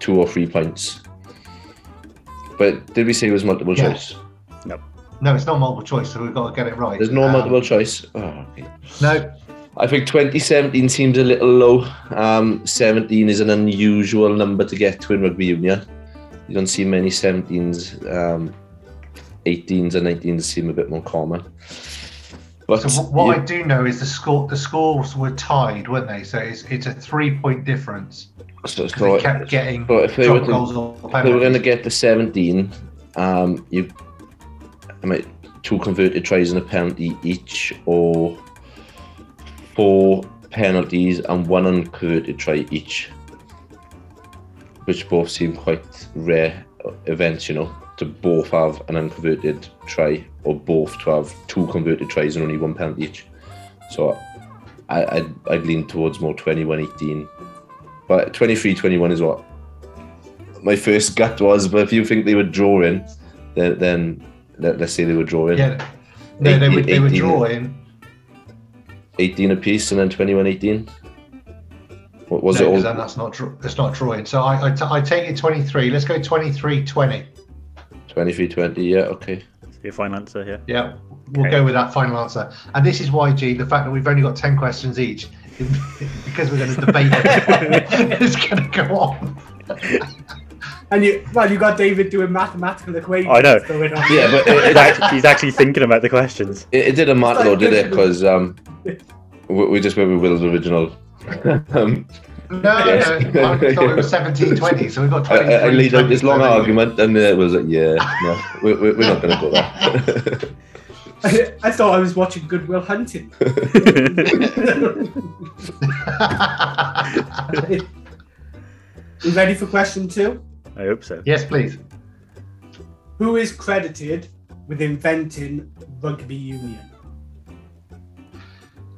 [SPEAKER 12] two or three points. But did we say it was multiple
[SPEAKER 3] Yeah.
[SPEAKER 12] choice?
[SPEAKER 3] no, it's not multiple choice, so we've got to get it right.
[SPEAKER 12] There's no
[SPEAKER 3] Um,
[SPEAKER 12] multiple choice. Oh, okay.
[SPEAKER 3] No,
[SPEAKER 12] I think 2017 seems a little low. Um, 17 is an unusual number to get to in rugby union. You don't see many 17s. Um, 18s and 19s seem a bit more common. But
[SPEAKER 3] So wh- what
[SPEAKER 12] you-
[SPEAKER 3] I do know is the score the scores were tied, weren't they? So it's it's a three point difference.
[SPEAKER 12] so-
[SPEAKER 3] 'cause
[SPEAKER 12] so-
[SPEAKER 3] they kept getting
[SPEAKER 12] so if they were
[SPEAKER 3] drop
[SPEAKER 12] to-
[SPEAKER 3] goals or
[SPEAKER 12] If they were going to
[SPEAKER 3] penalties.
[SPEAKER 12] get the 17, um, you, I mean, two converted tries and a penalty each, or four penalties and one unconverted try each, which both seem quite rare events, you know, to both have an unconverted try or both to have two converted tries and only one penalty each. So I, I'd, I'd lean towards more 21 18. But 23 21 is what my first gut was, but if you think they were drawing, then, then let, let's say they were drawing.
[SPEAKER 3] Yeah. No, they were, they were
[SPEAKER 12] 18
[SPEAKER 3] drawing.
[SPEAKER 12] 18 apiece and then 21 18. What was
[SPEAKER 3] no, 'cause
[SPEAKER 12] it
[SPEAKER 3] then
[SPEAKER 12] all?
[SPEAKER 3] that's not draw- that's not drawing. So I I, t- I take it twenty three. Let's go 23 20.
[SPEAKER 12] 23 20, yeah, okay.
[SPEAKER 1] Your final answer here.
[SPEAKER 3] Yeah, we'll go with that final answer. And this is why, G, the fact that we've only got ten questions each, because we're going to debate it, it's going to go on.
[SPEAKER 4] And you, well, you got David doing mathematical equations.
[SPEAKER 1] I know.
[SPEAKER 4] Going on.
[SPEAKER 12] Yeah, but it,
[SPEAKER 1] He's
[SPEAKER 12] it, act-
[SPEAKER 1] act- He's actually thinking about the questions.
[SPEAKER 12] it, it didn't matter though, did it? Because um, we, we just went with Will's original. um,
[SPEAKER 3] No, no, no. I thought it was 17 20, so we've got
[SPEAKER 12] I,
[SPEAKER 3] 23.
[SPEAKER 12] I, I laid out this long
[SPEAKER 3] 20.
[SPEAKER 12] argument and uh, it was like, yeah, no, we, we, we're not going to go there.
[SPEAKER 4] I, I thought I was watching Goodwill Hunting. you ready for question two?
[SPEAKER 1] I hope so.
[SPEAKER 3] Yes, please.
[SPEAKER 4] Who is credited with inventing rugby union?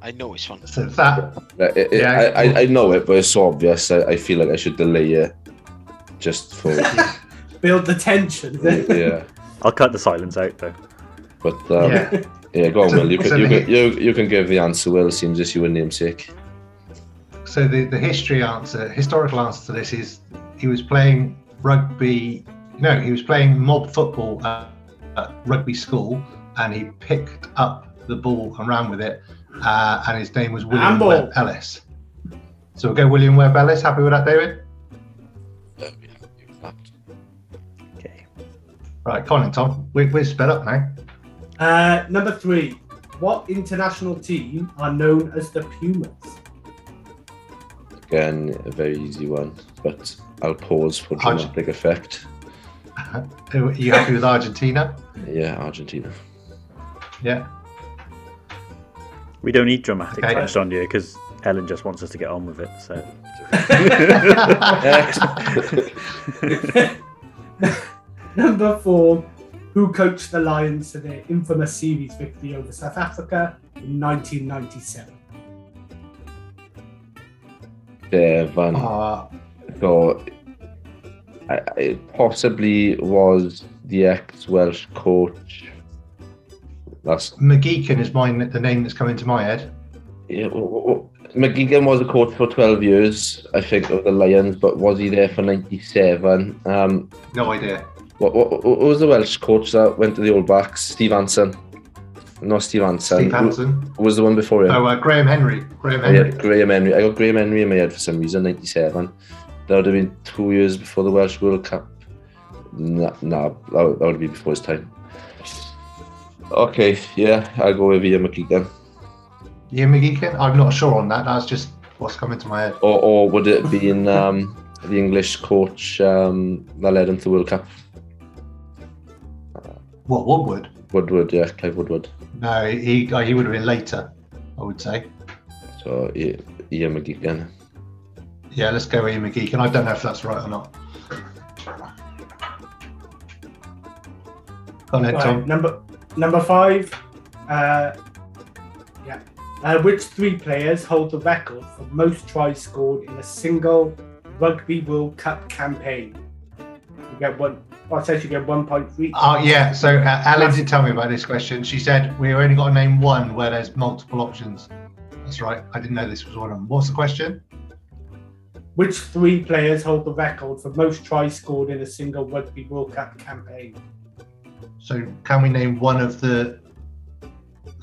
[SPEAKER 2] I know this one.
[SPEAKER 3] So that
[SPEAKER 12] Like, it- it-
[SPEAKER 3] Yeah,
[SPEAKER 12] I, I, I know it, but it's so obvious. I, I feel like I should delay it just for
[SPEAKER 4] Build the tension.
[SPEAKER 12] yeah.
[SPEAKER 1] I'll cut the silence out though.
[SPEAKER 12] But um, yeah.
[SPEAKER 3] Yeah.
[SPEAKER 12] go on,
[SPEAKER 3] It's a-
[SPEAKER 12] Will. You
[SPEAKER 3] it's
[SPEAKER 12] can,
[SPEAKER 3] a
[SPEAKER 12] you,
[SPEAKER 3] hit.
[SPEAKER 12] can, you, you can give the answer. Will seems just your namesake.
[SPEAKER 3] So the, the history answer, historical answer to this is he was playing rugby. No, he was playing mob football at, at rugby school, and he picked up the ball and ran with it. Uh, and his name was William
[SPEAKER 4] Handball.
[SPEAKER 3] Webb Ellis. So we'll go William Webb Ellis. Happy with that, David? Right, Colin, Tom, we're, we're sped up now.
[SPEAKER 4] Uh, number three, what international team are known as the Pumas?
[SPEAKER 12] Again, a very easy one, but I'll pause for dramatic effect.
[SPEAKER 3] Are you happy with Argentina?
[SPEAKER 12] Yeah, Argentina.
[SPEAKER 3] Yeah.
[SPEAKER 1] We don't need dramatic
[SPEAKER 3] Okay.
[SPEAKER 1] text on you because Ellen just wants us to get on with it. So.
[SPEAKER 4] number four, who coached the Lions to their infamous series victory over South Africa in 1997?
[SPEAKER 12] There, Van.
[SPEAKER 3] Uh,
[SPEAKER 12] so I, it possibly was the ex Welsh coach. That's
[SPEAKER 3] McGeechan is mine, the name that's come into my head.
[SPEAKER 12] yeah, w- w- McGeegan was a coach for 12 years, I think, of the Lions, but was he there for 97? Um,
[SPEAKER 3] No idea.
[SPEAKER 12] what, what, what was the Welsh coach that went to the All Blacks? Steve Anson. No, Steve Anson.
[SPEAKER 3] Steve
[SPEAKER 12] Who-
[SPEAKER 3] Hansen.
[SPEAKER 12] who was the one before him?
[SPEAKER 3] Oh, uh, Graham Henry. Graham
[SPEAKER 12] Yeah,
[SPEAKER 3] Henry.
[SPEAKER 12] Graham Henry. I got Graham Henry in my head for some reason, 97. That would have been two years before the Welsh World Cup. Nah, nah that, would, that would be before his time. Okay, yeah, I'll go with Ian McKeegan.
[SPEAKER 3] Ian McGeechan? I'm not sure on that. That's just what's come into my head.
[SPEAKER 12] Or, or would it be in um, the English coach um, that led him to the World Cup?
[SPEAKER 3] What, Woodward?
[SPEAKER 12] Woodward, yeah, Clive Woodward.
[SPEAKER 3] No, he uh, he would have been later, I would say.
[SPEAKER 12] So, yeah, Ian McKeegan.
[SPEAKER 3] Yeah, let's go Ian McGeechan. I don't know if that's right or not. Go on then,
[SPEAKER 4] Right,
[SPEAKER 3] Tom.
[SPEAKER 4] number number five. Uh, yeah. Uh, which three players hold the record for most tries scored in a single Rugby World Cup campaign? You get one. I said you get one point three.
[SPEAKER 3] Oh, yeah. So uh, Alan did tell me about this question. She said, we only got to name one where there's multiple options. That's right. I didn't know this was one of them. What's the question?
[SPEAKER 4] Which three players hold the record for most tries scored in a single Rugby World Cup campaign?
[SPEAKER 3] So can we name one of the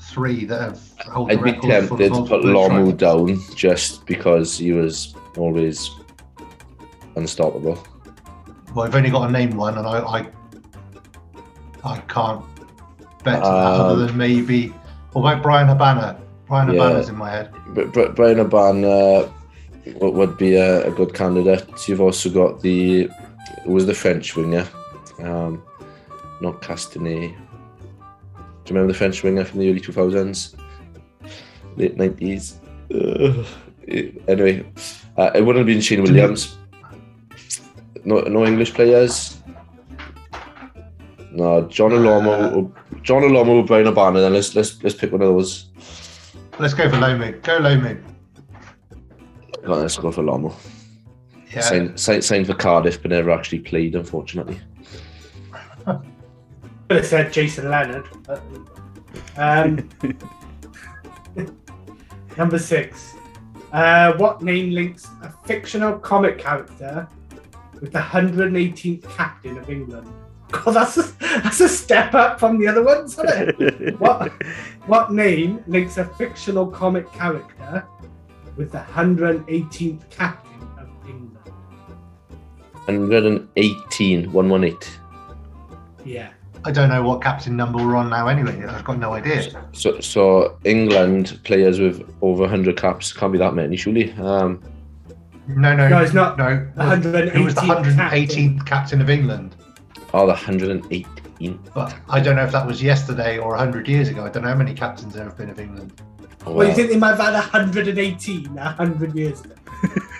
[SPEAKER 3] three that have hold the
[SPEAKER 12] I'd be
[SPEAKER 3] record for the
[SPEAKER 12] tempted to
[SPEAKER 3] multiple
[SPEAKER 12] put
[SPEAKER 3] tries?
[SPEAKER 12] Lomu down just because he was always unstoppable.
[SPEAKER 3] Well, I've only got to name one, and I I, I can't bet on that other
[SPEAKER 12] Um,
[SPEAKER 3] than maybe. What about Brian Habana? Brian
[SPEAKER 12] Yeah.
[SPEAKER 3] Habana's in my head.
[SPEAKER 12] But Br- Brian O'Banner would would be a, a good candidate. You've also got the who was the French winger, um, not Castanet. Do you remember the French winger from the early two thousands, late nineties? Uh, Anyway, uh, it wouldn't have been Shane Williams. No, no English players. No, John Olomo, or- John Olomo, or Brian O'Banner. Then let's let's let's pick one of those.
[SPEAKER 3] Let's go for Lomu. Go Lomu.
[SPEAKER 12] Got let's go for Lomo.
[SPEAKER 3] Yeah.
[SPEAKER 12] Signed, signed, signed for Cardiff, but never actually played, unfortunately.
[SPEAKER 4] Could have said Jason Leonard. but- Um, number six. Uh, what name links a fictional comic character with the 118th captain of England? God, that's a, that's a step up from the other ones, isn't it? what, what name links a fictional comic character with the 118th captain of England?
[SPEAKER 12] 118, 118.
[SPEAKER 4] Yeah.
[SPEAKER 3] I don't know what captain number we're on now. Anyway, I've got no idea.
[SPEAKER 12] So, so England players with over 100 caps can't be that many, surely. Um,
[SPEAKER 3] No, no,
[SPEAKER 4] No, it's not.
[SPEAKER 3] No, who was the
[SPEAKER 4] 118th
[SPEAKER 3] 118th captain of England?
[SPEAKER 12] oh, the 118.
[SPEAKER 3] But I don't know if that was yesterday or 100 years ago. I don't know how many captains there have been of England.
[SPEAKER 12] Oh,
[SPEAKER 4] Well, you
[SPEAKER 12] wow.
[SPEAKER 4] think they might have had 118 100 years ago?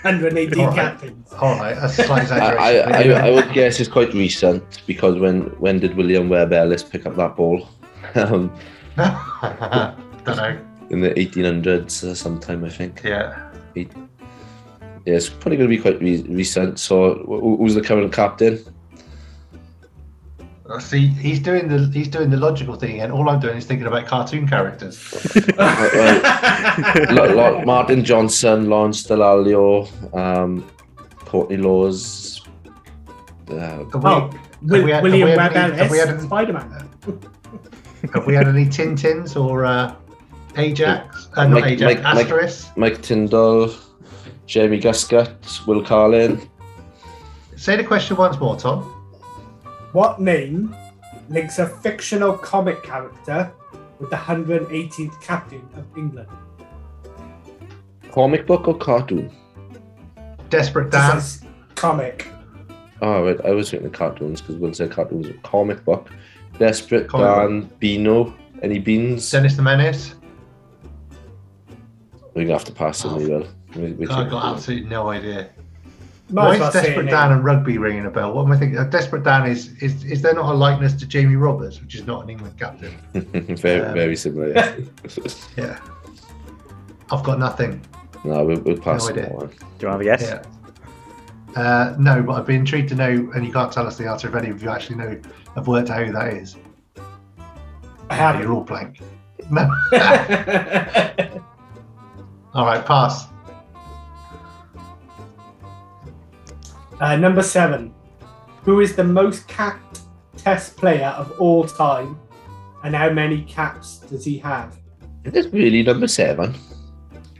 [SPEAKER 4] 118
[SPEAKER 3] All right.
[SPEAKER 4] captains.
[SPEAKER 3] All right, that's a slight
[SPEAKER 12] I,
[SPEAKER 3] exaggeration.
[SPEAKER 12] I, I, I would guess it's quite recent because when, when did William Webb Ellis pick up that ball? Um,
[SPEAKER 3] don't know.
[SPEAKER 12] in the 1800s uh, sometime, I think.
[SPEAKER 3] Yeah.
[SPEAKER 12] Eight. Yeah, it's probably going to be quite re- recent. So, wh- wh- who's the current captain?
[SPEAKER 3] Uh, See, he's doing the he's doing the logical thing, and all I'm doing is thinking about cartoon characters.
[SPEAKER 12] Lo- Lo- Martin Johnson, Lawrence Delalio, um, Courtney Laws, Uh,
[SPEAKER 4] Oh, Will,
[SPEAKER 3] we had-
[SPEAKER 4] William
[SPEAKER 3] have we
[SPEAKER 4] Webb
[SPEAKER 3] had any- have we had
[SPEAKER 4] Ellis,
[SPEAKER 3] any-
[SPEAKER 4] Spider Man.
[SPEAKER 3] Have we had any Tintins or uh, Ajax? Uh, not
[SPEAKER 12] Mike,
[SPEAKER 3] Ajax,
[SPEAKER 12] Mike,
[SPEAKER 3] Asterisk.
[SPEAKER 12] Mike, Mike Tyndall, Jamie Gascott, Will Carlin.
[SPEAKER 3] Say the question once more, Tom.
[SPEAKER 4] What name links a fictional comic character with the 118th captain of England?
[SPEAKER 12] Comic book or cartoon?
[SPEAKER 3] Desperate
[SPEAKER 4] Dance. Comic.
[SPEAKER 12] Oh, right. I was thinking cartoons because Will said cartoons. Comic book. Desperate
[SPEAKER 3] Comic
[SPEAKER 12] Dan Beano. Any beans?
[SPEAKER 3] Dennis the Menace.
[SPEAKER 12] We're going to have to pass him, we will. We, we
[SPEAKER 3] I
[SPEAKER 12] take-
[SPEAKER 3] got absolutely no idea.
[SPEAKER 4] Might
[SPEAKER 3] Why
[SPEAKER 4] as well
[SPEAKER 3] is
[SPEAKER 4] say
[SPEAKER 3] Desperate
[SPEAKER 4] it
[SPEAKER 3] Dan
[SPEAKER 4] now.
[SPEAKER 3] and Rugby ringing a bell? What am I thinking? Uh, Desperate Dan is, is is there not a likeness to Jamie Roberts, which is not an England captain?
[SPEAKER 12] very,
[SPEAKER 3] Um,
[SPEAKER 12] very similar. Yeah.
[SPEAKER 3] Yeah. I've got nothing.
[SPEAKER 12] no, we'll, we'll pass
[SPEAKER 3] No
[SPEAKER 12] on
[SPEAKER 3] idea.
[SPEAKER 12] that one.
[SPEAKER 1] Do you have a guess?
[SPEAKER 3] Yeah. Uh, no, but I'd be intrigued to know, and you can't tell us the answer if any of you actually know, have worked out who that is.
[SPEAKER 4] I haven't.
[SPEAKER 3] You're all blank. No. all right, pass.
[SPEAKER 4] Uh, number seven. Who is the most capped test player of all time? And how many caps does he have?
[SPEAKER 12] Is it really number seven?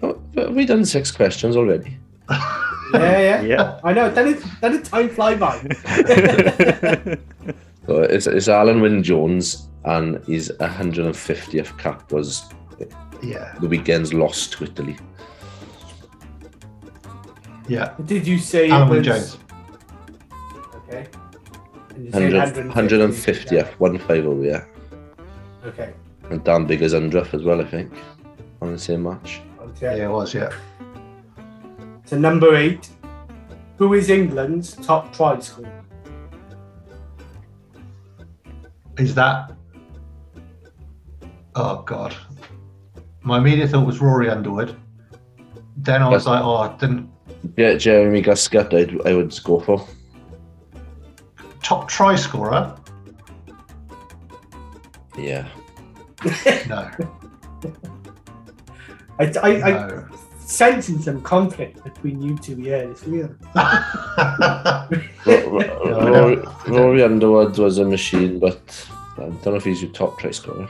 [SPEAKER 12] Oh, Have we done six questions already?
[SPEAKER 4] Yeah, yeah.
[SPEAKER 1] Yeah.
[SPEAKER 4] I know. That is that is time fly by.
[SPEAKER 12] So it's, it's Alan Wynne Jones, and his 150th cap was
[SPEAKER 3] Yeah.
[SPEAKER 12] the weekend's loss to Italy.
[SPEAKER 3] Yeah.
[SPEAKER 4] Did you say
[SPEAKER 3] Alan
[SPEAKER 4] it
[SPEAKER 3] Wynne
[SPEAKER 4] was-
[SPEAKER 3] Jones.
[SPEAKER 4] Okay. And you said
[SPEAKER 12] 100, 150th, 150, oh, yeah.
[SPEAKER 4] Okay.
[SPEAKER 12] And Dan Bigger's 100th as well, I think, on the same match.
[SPEAKER 4] okay.
[SPEAKER 3] Yeah, it was, yeah.
[SPEAKER 4] So number eight. Who is England's top try scorer?
[SPEAKER 3] Is that. Oh, God. My immediate thought was Rory Underwood. Then I was
[SPEAKER 12] That's-
[SPEAKER 3] like, oh, I didn't.
[SPEAKER 12] Yeah, Jeremy Gascott, I'd, I would go for.
[SPEAKER 3] Top try scorer?
[SPEAKER 12] Yeah.
[SPEAKER 3] No.
[SPEAKER 4] I, I,
[SPEAKER 3] No.
[SPEAKER 4] I sensing some conflict between you two. Yeah, it's weird.
[SPEAKER 12] Ro- Ro- Rory, Rory Underwood was a machine, but I don't know if he's your top try scorer.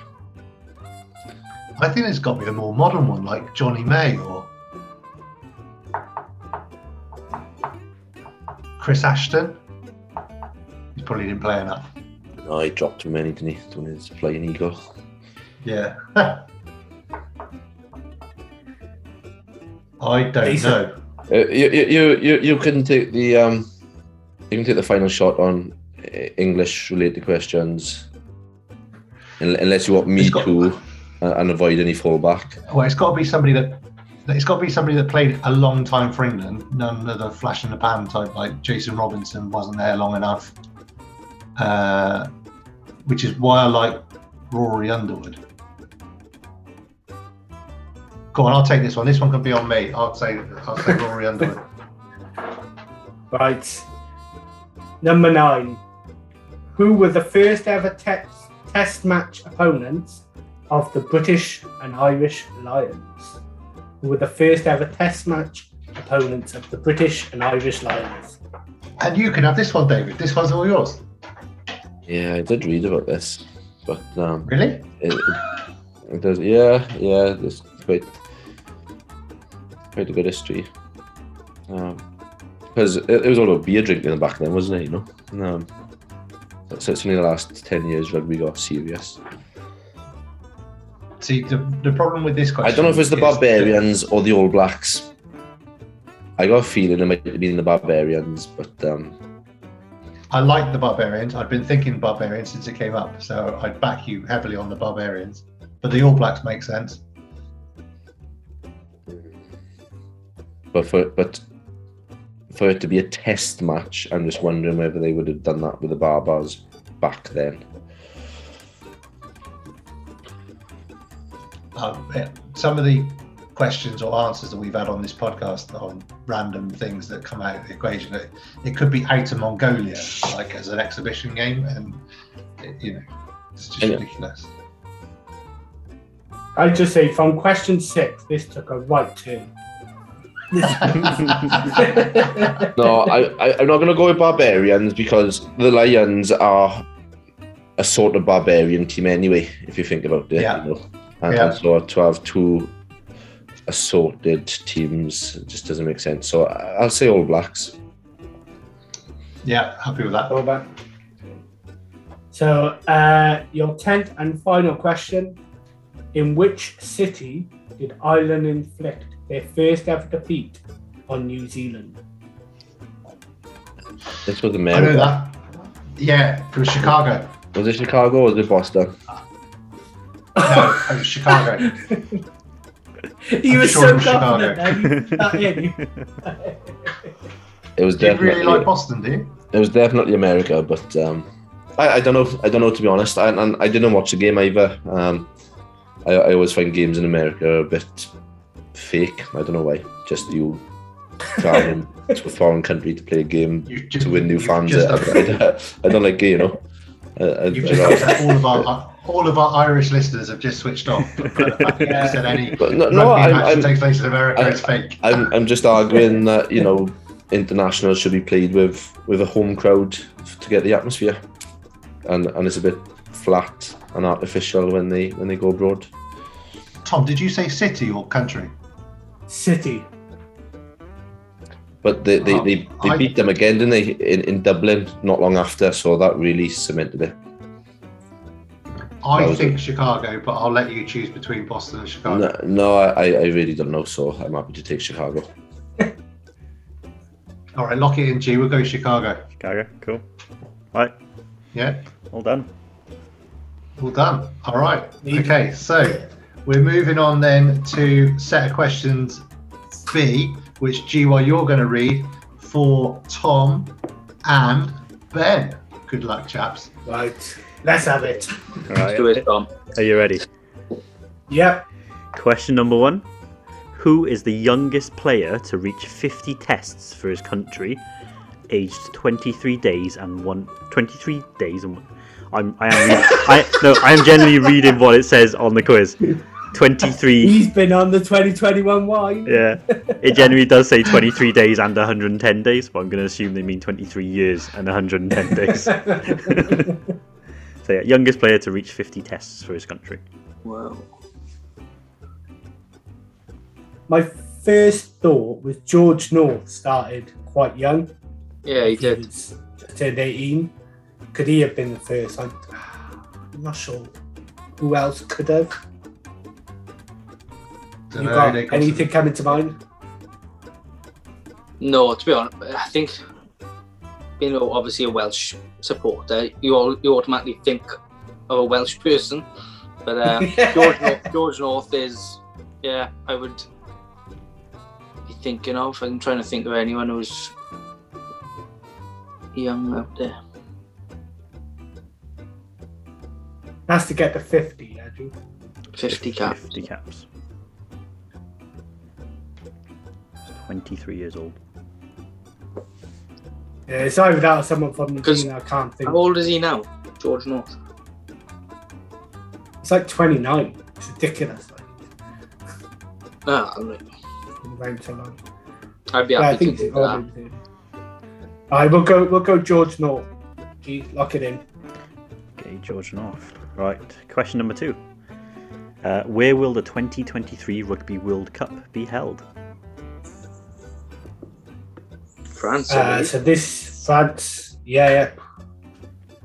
[SPEAKER 3] I think it's got to be a more modern one, like Johnny May or Chris Ashton. He probably didn't play enough.
[SPEAKER 12] No, Oh, he dropped him many, didn't he? Doing his flying eagle.
[SPEAKER 3] Yeah. I don't
[SPEAKER 4] Decent.
[SPEAKER 3] know.
[SPEAKER 12] Uh, you, you, you, you, you can take the um, you can take the final shot on uh, English related questions, Un- unless you want me to, uh, and avoid any fallback.
[SPEAKER 3] Well, it's got to be somebody that. that- It's got to be somebody that played a long time for England. None of the flash in the pan type, like Jason Robinson, wasn't there long enough. Uh, which is why I like Rory Underwood. Go on, I'll take this one. This one can be on me. I'll say, I'll say Rory Underwood.
[SPEAKER 4] Right. Number nine. Who were the first ever te- test match opponents of the British and Irish Lions? Who were the first ever test match opponents of the British and Irish Lions?
[SPEAKER 3] And you can have this one, David. This one's all yours.
[SPEAKER 12] Yeah, I did read about this, but um,
[SPEAKER 3] Really?
[SPEAKER 12] it, it does. Yeah, yeah, it's quite quite a good history. Because it, it was all about beer drinking back then, wasn't it? You know, and, um, so it's only the last ten years rugby got serious.
[SPEAKER 3] See, the, the problem with this
[SPEAKER 12] I
[SPEAKER 3] question.
[SPEAKER 12] don't know if it's the
[SPEAKER 3] is-
[SPEAKER 12] Barbarians or the All Blacks. I got a feeling it might have been the Barbarians, but um,
[SPEAKER 3] I like the Barbarians. I've been thinking Barbarians since it came up, so I'd back you heavily on the Barbarians. But the All Blacks make sense.
[SPEAKER 12] but for but for it to be a test match, I'm just wondering whether they would have done that with the Barbars back then.
[SPEAKER 3] Um, eh, some of the questions or answers that we've had on this podcast on random things that come out of the equation, it, it could be out of Mongolia, like as an exhibition game, and eh, you know, it's just
[SPEAKER 12] Yeah.
[SPEAKER 3] ridiculous.
[SPEAKER 4] I'd just say from question six, this took a right turn.
[SPEAKER 12] no, I, I, I'm not going to go with barbarians because the lions are a sort of barbarian team anyway. If you think about it,
[SPEAKER 3] Yeah.
[SPEAKER 12] you know? and,
[SPEAKER 3] Yeah.
[SPEAKER 12] and so to have two assorted teams just doesn't make sense. So I- I'll say All Blacks.
[SPEAKER 3] Yeah, happy with that.
[SPEAKER 4] All back. So, uh, your tenth and final question: In which city did Ireland inflict their first ever defeat on New Zealand?
[SPEAKER 12] This was
[SPEAKER 3] I
[SPEAKER 12] America.
[SPEAKER 3] know that. Yeah, it was Chicago.
[SPEAKER 12] Was it Chicago or was it Boston?
[SPEAKER 3] No, it was Chicago.
[SPEAKER 4] You
[SPEAKER 3] I'm
[SPEAKER 4] were
[SPEAKER 3] sure it
[SPEAKER 4] so
[SPEAKER 3] was
[SPEAKER 4] confident there.
[SPEAKER 3] Chicago.
[SPEAKER 4] You, that in, you-
[SPEAKER 12] It was
[SPEAKER 3] Do you
[SPEAKER 12] definitely
[SPEAKER 3] really like Boston, do you?
[SPEAKER 12] It was definitely America, but um, I, I don't know. I don't know to be honest. I, and I didn't watch the game either. Um, I, I always find games in America a bit fake. I don't know why. Just you traveling to a foreign country to play a game to win new fans.
[SPEAKER 3] just-
[SPEAKER 12] I, I- I don't like it, you know. I, I,
[SPEAKER 3] You've
[SPEAKER 12] I
[SPEAKER 3] just
[SPEAKER 12] don't-
[SPEAKER 3] got that all of our uh, all of our Irish listeners have just switched off. But the fact that you said any
[SPEAKER 12] But no-
[SPEAKER 3] rugby
[SPEAKER 12] uh, no, I'm-
[SPEAKER 3] match
[SPEAKER 12] I'm-
[SPEAKER 3] that takes place in America is fake.
[SPEAKER 12] I'm, I'm just arguing that you know internationals should be played with with a home crowd to get the atmosphere, and and it's a bit flat and artificial when they when they go abroad.
[SPEAKER 3] Tom, did you say city or country?
[SPEAKER 4] City.
[SPEAKER 12] But they they, they, they
[SPEAKER 3] I-
[SPEAKER 12] beat them again, didn't they, in, in Dublin not long after? So that really cemented it. That
[SPEAKER 3] I
[SPEAKER 12] was
[SPEAKER 3] think
[SPEAKER 12] it.
[SPEAKER 3] Chicago, but I'll let you choose between Boston and Chicago.
[SPEAKER 12] No, no I, I really don't know. So I'm happy to take Chicago.
[SPEAKER 3] All right, lock it in, G. We'll go Chicago.
[SPEAKER 1] Chicago, cool. Right.
[SPEAKER 3] Yeah.
[SPEAKER 1] All done.
[SPEAKER 3] All done. All right. Okay, so we're moving on then to set of questions B, which G, while you're going to read for Tom and Ben. Good luck, chaps.
[SPEAKER 4] Right. Let's have it.
[SPEAKER 1] Right. Are you ready?
[SPEAKER 4] Yep.
[SPEAKER 1] Question number one Who is the youngest player to reach 50 tests for his country, aged 23 days and one 23 days and one. I'm, I am. reading- I no. I am generally reading what it says on the quiz. Twenty-three.
[SPEAKER 4] He's been on the 2021 wine.
[SPEAKER 1] Yeah. It generally does say twenty-three days and one hundred and ten days, but I'm going to assume they mean twenty-three years and one hundred and ten days. so yeah, youngest player to reach fifty tests for his country.
[SPEAKER 9] Wow.
[SPEAKER 4] My first thought was George North started quite young.
[SPEAKER 9] Yeah, he did.
[SPEAKER 4] turned 18. Could he have been the first? I, I'm not sure who else could have. You
[SPEAKER 9] Dunno,
[SPEAKER 4] got
[SPEAKER 9] they got
[SPEAKER 4] anything coming to mind?
[SPEAKER 9] No, to be honest, I think being a- obviously a Welsh supporter, you all you automatically think of a Welsh person. But uh, George, North, George North is, yeah, I would be thinking of. I'm trying to think of anyone who's young out there.
[SPEAKER 4] Has to get the 50, Andrew.
[SPEAKER 9] 50 caps.
[SPEAKER 1] 50 caps. 23 years old.
[SPEAKER 4] Yeah, it's either that or someone from the
[SPEAKER 9] 'Cause-
[SPEAKER 4] team I can't think.
[SPEAKER 9] How old is he now, George North?
[SPEAKER 4] It's like 29. It's ridiculous. Like,
[SPEAKER 9] No, I don't know.
[SPEAKER 4] been around so long.
[SPEAKER 9] I'd be
[SPEAKER 4] Yeah,
[SPEAKER 9] happy
[SPEAKER 4] I
[SPEAKER 9] to
[SPEAKER 4] think
[SPEAKER 9] do
[SPEAKER 4] it's
[SPEAKER 9] that.
[SPEAKER 4] older than- All right, we'll go. We'll go George North. Gee, Lock it in.
[SPEAKER 1] Okay, George North. Right, question number two. Uh, where will the 2023 Rugby World Cup be held?
[SPEAKER 9] France. I
[SPEAKER 4] Uh,
[SPEAKER 9] believe.
[SPEAKER 4] so this France, yeah, yeah,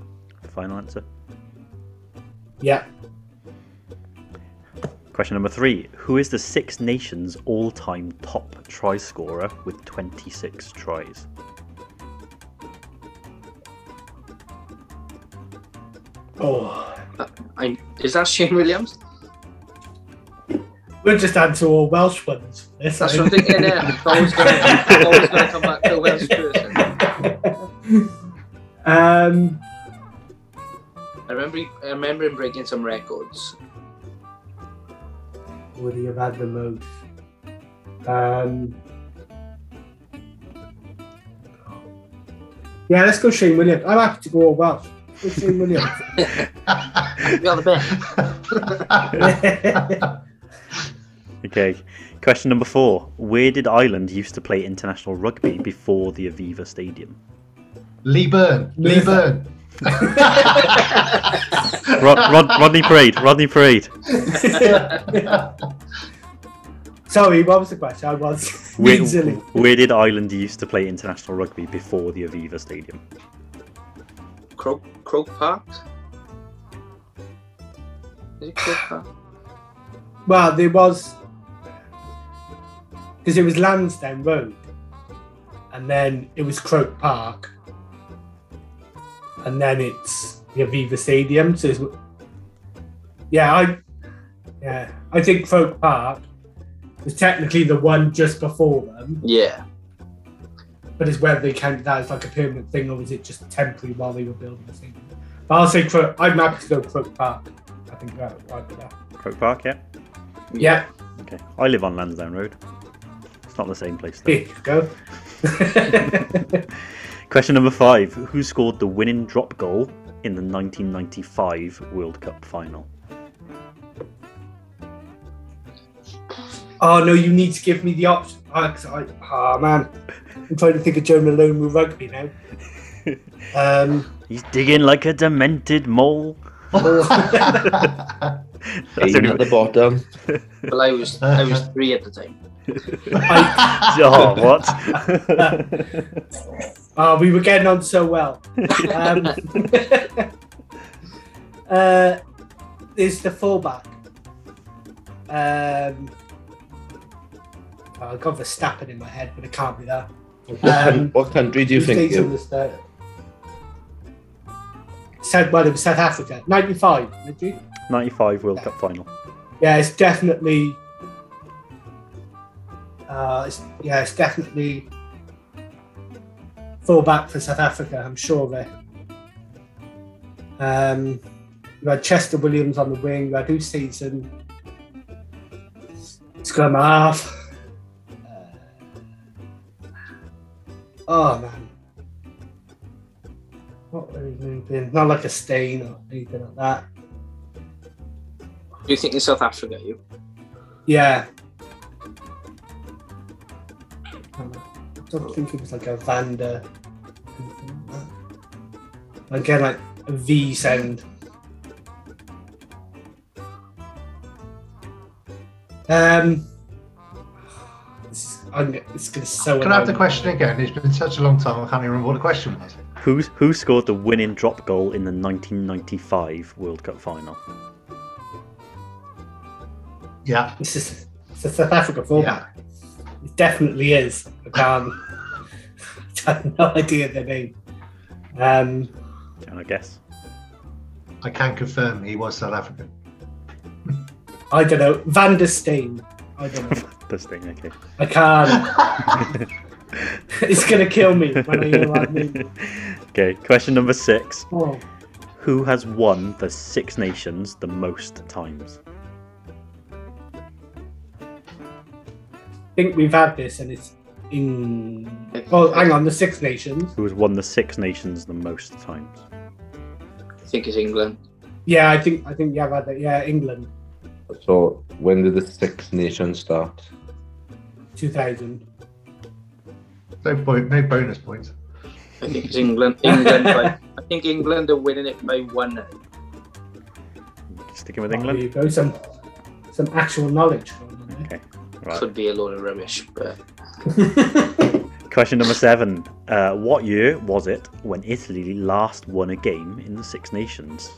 [SPEAKER 1] Final answer.
[SPEAKER 4] yeah.
[SPEAKER 1] Question number three. Who is the Six Nations all time top try scorer with 26 tries?
[SPEAKER 4] Oh,
[SPEAKER 9] Uh, I, is that Shane Williams?
[SPEAKER 4] we'll just answer all Welsh ones. That's
[SPEAKER 9] That's what I'm thinking. Yeah, I thought I was gonna- I thought I was gonna come back to a Welsh person.
[SPEAKER 4] Um,
[SPEAKER 9] I remember, he- I remember him breaking some records.
[SPEAKER 4] would he have had the most? Um, yeah, let's go Shane Williams. I'm happy to go all Welsh. Go Shane Williams.
[SPEAKER 9] You're the best.
[SPEAKER 1] Okay. Question number four. Where did Ireland used to play international rugby before the Aviva Stadium?
[SPEAKER 3] Lee Burn. Lee Burn.
[SPEAKER 1] Rod, Rod, Rodney Parade. Rodney Parade.
[SPEAKER 4] Sorry, what was the question? I was
[SPEAKER 1] Where,
[SPEAKER 4] easily.
[SPEAKER 1] where did Ireland used to play international rugby before the Aviva Stadium?
[SPEAKER 9] Croke, Croke Park? Is it Croke Park?
[SPEAKER 4] Well, there was because it was Lansdowne Road, and then it was Croke Park, and then it's the Aviva Stadium. So, it's, yeah, I yeah, I think Croke Park was technically the one just before them,
[SPEAKER 9] Yeah.
[SPEAKER 4] but it's whether they counted that as like a permanent thing or was it just temporary while they were building the stadium. But I'll say Croke. I'm happy to go Croke Park. I think that right there.
[SPEAKER 1] Croke Park, yeah?
[SPEAKER 4] Yeah.
[SPEAKER 1] Okay. I live on Lansdowne Road. It's not the same place
[SPEAKER 4] There
[SPEAKER 1] though.
[SPEAKER 4] you go.
[SPEAKER 1] Question number five. Who scored the winning drop goal in the 1995 World Cup final?
[SPEAKER 4] Oh no, you need to give me the option. I, 'cause I, oh man, I'm trying to think of Joe Malone with rugby now. Um,
[SPEAKER 1] He's digging like a demented mole. That's
[SPEAKER 12] Aim at the bottom.
[SPEAKER 9] Well, I was I was three at the time.
[SPEAKER 1] oh, what?
[SPEAKER 4] oh, we were getting on so well. Um, uh, there's the fullback. Um, oh, I've got Verstappen in my head, but it can't be that.
[SPEAKER 12] What, coun- what country do you
[SPEAKER 4] Who
[SPEAKER 12] think?
[SPEAKER 4] stays on
[SPEAKER 12] You,
[SPEAKER 4] Um, the start? South, well, it was South Africa, 95, did you?
[SPEAKER 1] 95 World Cup final.
[SPEAKER 4] yeah, it's definitely. Uh, it's, yeah, it's definitely fullback for South Africa. I'm sure of it. Um, you had Chester Williams on the wing. You had Useason, scrum half. Uh, oh man, what were his name been? Not like a stain or anything like that.
[SPEAKER 9] You think in South Africa, you?
[SPEAKER 4] Yeah. Um, I don't think it was like a Vanda. Again, like a V sound. Um, this is, I'm, it's gonna so.
[SPEAKER 3] Can I have the
[SPEAKER 4] annoy me.
[SPEAKER 3] question again? It's been such a long time, I can't even remember what the question was.
[SPEAKER 1] Who, who scored the winning drop goal in the 1995 World Cup final?
[SPEAKER 3] Yeah.
[SPEAKER 4] This is it's a South Africa fullback. It definitely is. I can't. I have no idea their name. Um,
[SPEAKER 1] Can I guess?
[SPEAKER 3] I can confirm he was South African.
[SPEAKER 4] I don't know. Van der Steen. I don't know.
[SPEAKER 1] This thing, okay.
[SPEAKER 4] I can't. it's gonna kill me when I hear that name.
[SPEAKER 1] Okay, question number six.
[SPEAKER 4] Oh,
[SPEAKER 1] Who has won the Six Nations the most times?
[SPEAKER 4] I think we've had this, and it's in. Oh, hang on. The Six Nations.
[SPEAKER 1] Who has won the Six Nations the most times?
[SPEAKER 9] I think it's England.
[SPEAKER 4] Yeah, I think I think we have had that. Yeah, England,
[SPEAKER 12] so when did the Six Nations start?
[SPEAKER 4] two thousand.
[SPEAKER 3] No point, no bonus points.
[SPEAKER 9] I think it's England. England. by, I think England are winning it by one.
[SPEAKER 1] Sticking with
[SPEAKER 4] There you
[SPEAKER 1] England?
[SPEAKER 4] go. Some some actual knowledge.
[SPEAKER 1] Okay. Right.
[SPEAKER 9] Could be a load of rubbish, but
[SPEAKER 4] eh?
[SPEAKER 1] Question number seven. Uh, what year was it when Italy last won a game in the Six Nations?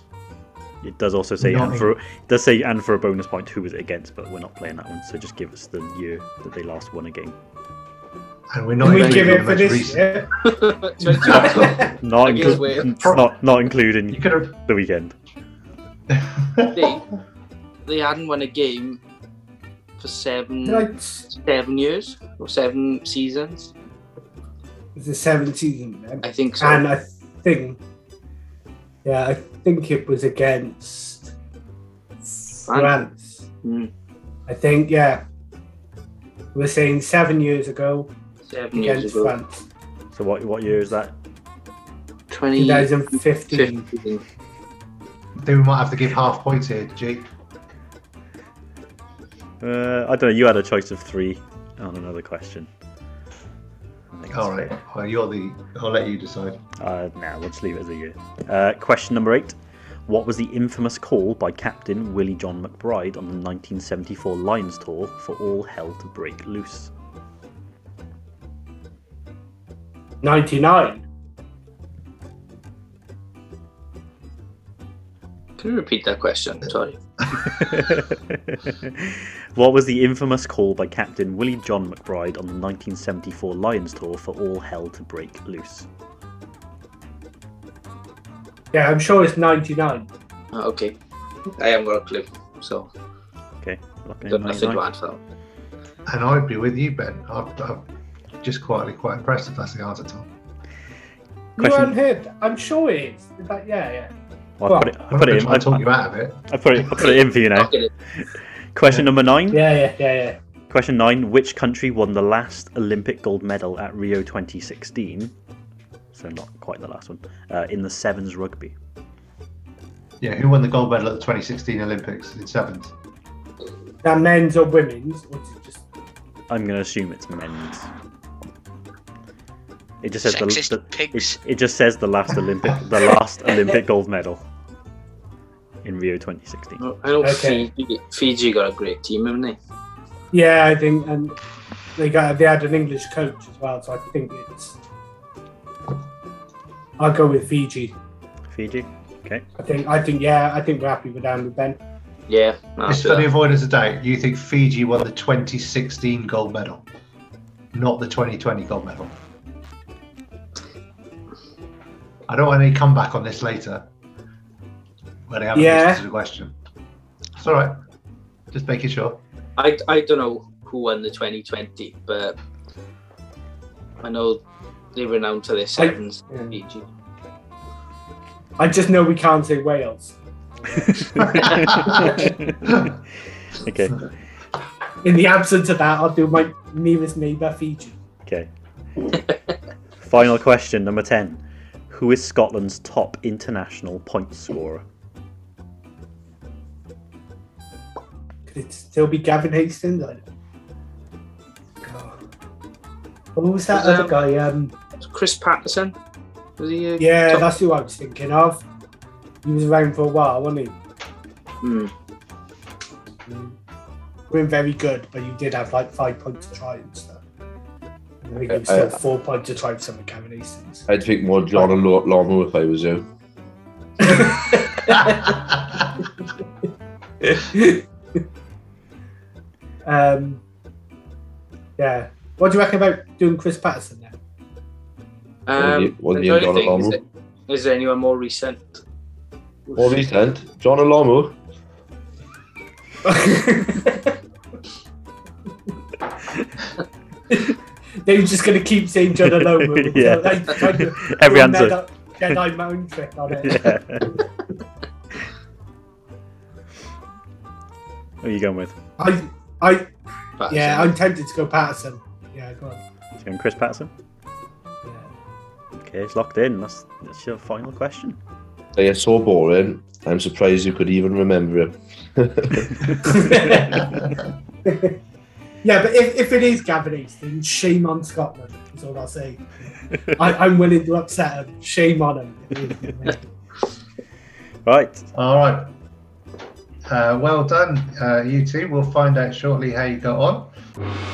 [SPEAKER 1] It does also say and
[SPEAKER 3] Nine.
[SPEAKER 1] for it does say and for a bonus point who was it against, but we're not playing that one, so just give us the year that they last won a game.
[SPEAKER 3] And we're not
[SPEAKER 4] Can we
[SPEAKER 3] including
[SPEAKER 4] give
[SPEAKER 3] the
[SPEAKER 4] it for
[SPEAKER 3] most
[SPEAKER 4] this
[SPEAKER 3] recent.
[SPEAKER 4] year?
[SPEAKER 1] Not,
[SPEAKER 9] I guess
[SPEAKER 1] inclu-
[SPEAKER 9] we're-
[SPEAKER 1] not not including
[SPEAKER 3] You could have
[SPEAKER 1] the weekend.
[SPEAKER 9] they they hadn't won a game for seven
[SPEAKER 4] Did I- It's
[SPEAKER 9] seven years or seven seasons.
[SPEAKER 4] the seventh season, man.
[SPEAKER 9] I think so.
[SPEAKER 4] And I think, yeah, I think it was against France.
[SPEAKER 9] Mm.
[SPEAKER 4] I think, yeah. We are saying seven years ago
[SPEAKER 9] seven years
[SPEAKER 4] against
[SPEAKER 9] ago.
[SPEAKER 4] France,
[SPEAKER 1] So what what year is that?
[SPEAKER 4] 2015.
[SPEAKER 9] 2015.
[SPEAKER 3] Then we might have to give half points here, G.
[SPEAKER 1] Uh, I don't know. You had a choice of three on another question.
[SPEAKER 3] All right. Well, you're the. I'll let you decide.
[SPEAKER 1] Uh, now we'll just leave it as a year. Uh, question number eight: What was the infamous call by Captain Willie John McBride on the 1974 Lions tour for all hell to break loose?
[SPEAKER 4] 99.
[SPEAKER 9] Can you repeat that question? Sorry.
[SPEAKER 1] What was the infamous call by Captain Willie John McBride on the 1974 Lions tour for all hell to break loose?
[SPEAKER 4] Yeah, I'm sure it's 99.
[SPEAKER 9] Oh, okay. I haven't got a clue, so
[SPEAKER 1] Okay. lock it in,
[SPEAKER 9] got nothing to
[SPEAKER 1] 99.
[SPEAKER 9] add for that.
[SPEAKER 3] And I'd be with you, Ben. I'm, I'm just quietly quite impressed if that's the answer, Tom.
[SPEAKER 4] You
[SPEAKER 1] Question-
[SPEAKER 4] haven't heard? I'm sure it is. It's like, yeah, yeah.
[SPEAKER 1] Well, I put it. I put it in.
[SPEAKER 3] I talk you out of it.
[SPEAKER 1] I put it. I put it in for you now. Question number nine.
[SPEAKER 4] Yeah, yeah, yeah, yeah.
[SPEAKER 1] Question nine: Which country won the last Olympic gold medal at Rio 2016? So not quite the last one. Uh, in the sevens rugby.
[SPEAKER 3] Yeah, who won the gold medal at the 2016 Olympics in sevens?
[SPEAKER 4] Now, men's or women's? Or is it just...
[SPEAKER 1] I'm going to assume it's men's. It just says the,
[SPEAKER 2] Sexist
[SPEAKER 1] the it, it just says the last Olympic the last Olympic gold medal in Rio 2016.
[SPEAKER 9] I know
[SPEAKER 4] Okay.
[SPEAKER 9] Fiji, Fiji got a great team, haven't they?
[SPEAKER 4] Yeah, I think, and they got they had an English coach as well, so I think it's. I'll go with Fiji.
[SPEAKER 1] Fiji. Okay.
[SPEAKER 4] I think, I think, yeah, I think we're happy with them with Ben.
[SPEAKER 9] Yeah.
[SPEAKER 3] It's for the avoidance of doubt. You think Fiji won the 2016 gold medal, not the 2020 gold medal? I don't want any comeback on this later when I haven't
[SPEAKER 4] Yeah.
[SPEAKER 3] listened to the question. It's all right. Just making sure.
[SPEAKER 9] I, I don't know who won the 2020, but I know they're renowned for their sevens. Fiji.
[SPEAKER 4] I just know we can't say Wales
[SPEAKER 1] Okay.
[SPEAKER 4] in the absence of that. I'll do my nearest neighbour Fiji.
[SPEAKER 1] Okay. Final question number 10. Who is Scotland's top international point scorer?
[SPEAKER 4] Could it still be Gavin Hastings? I God. What was that
[SPEAKER 9] Was,
[SPEAKER 4] other
[SPEAKER 9] um,
[SPEAKER 4] guy? Um,
[SPEAKER 9] Chris Patterson? Was he? A
[SPEAKER 4] yeah,
[SPEAKER 9] top-
[SPEAKER 4] that's who I was thinking of. He was around for a while, wasn't he?
[SPEAKER 9] Hmm.
[SPEAKER 4] weren't very good, but you did have like five points to try and stuff. I think it was
[SPEAKER 12] I-
[SPEAKER 4] still
[SPEAKER 12] I-
[SPEAKER 4] four points to try for some of Gavin Easton's.
[SPEAKER 12] I'd think more John and Lo- Lomu if I was you.
[SPEAKER 4] Um, yeah. What do you reckon about doing Chris Patterson then?
[SPEAKER 9] Um,
[SPEAKER 12] What do you- what do
[SPEAKER 9] the
[SPEAKER 12] you
[SPEAKER 9] only
[SPEAKER 12] got
[SPEAKER 9] thing
[SPEAKER 12] on
[SPEAKER 9] is,
[SPEAKER 12] them?
[SPEAKER 9] that- is there anyone more recent?
[SPEAKER 12] What have you said? John and Lomu?
[SPEAKER 4] They're just going to keep saying John Alomu.
[SPEAKER 1] Yeah. Every answer.
[SPEAKER 4] Jedi mind trick on it.
[SPEAKER 1] Yeah. Who are you going with?
[SPEAKER 4] I, I, yeah,
[SPEAKER 9] Patterson.
[SPEAKER 4] I'm tempted to go Patterson. Yeah, go on.
[SPEAKER 1] You going Chris Patterson? Okay, it's locked in. That's, that's your final question.
[SPEAKER 12] They are so boring. I'm surprised you could even remember him.
[SPEAKER 4] Yeah, but if, if it is Gavin Easton, shame on Scotland. Is all I'll say. I, I'm willing to upset him. Shame on him.
[SPEAKER 1] Right.
[SPEAKER 3] All right. Uh, well done, uh, you two. We'll find out shortly how you got on.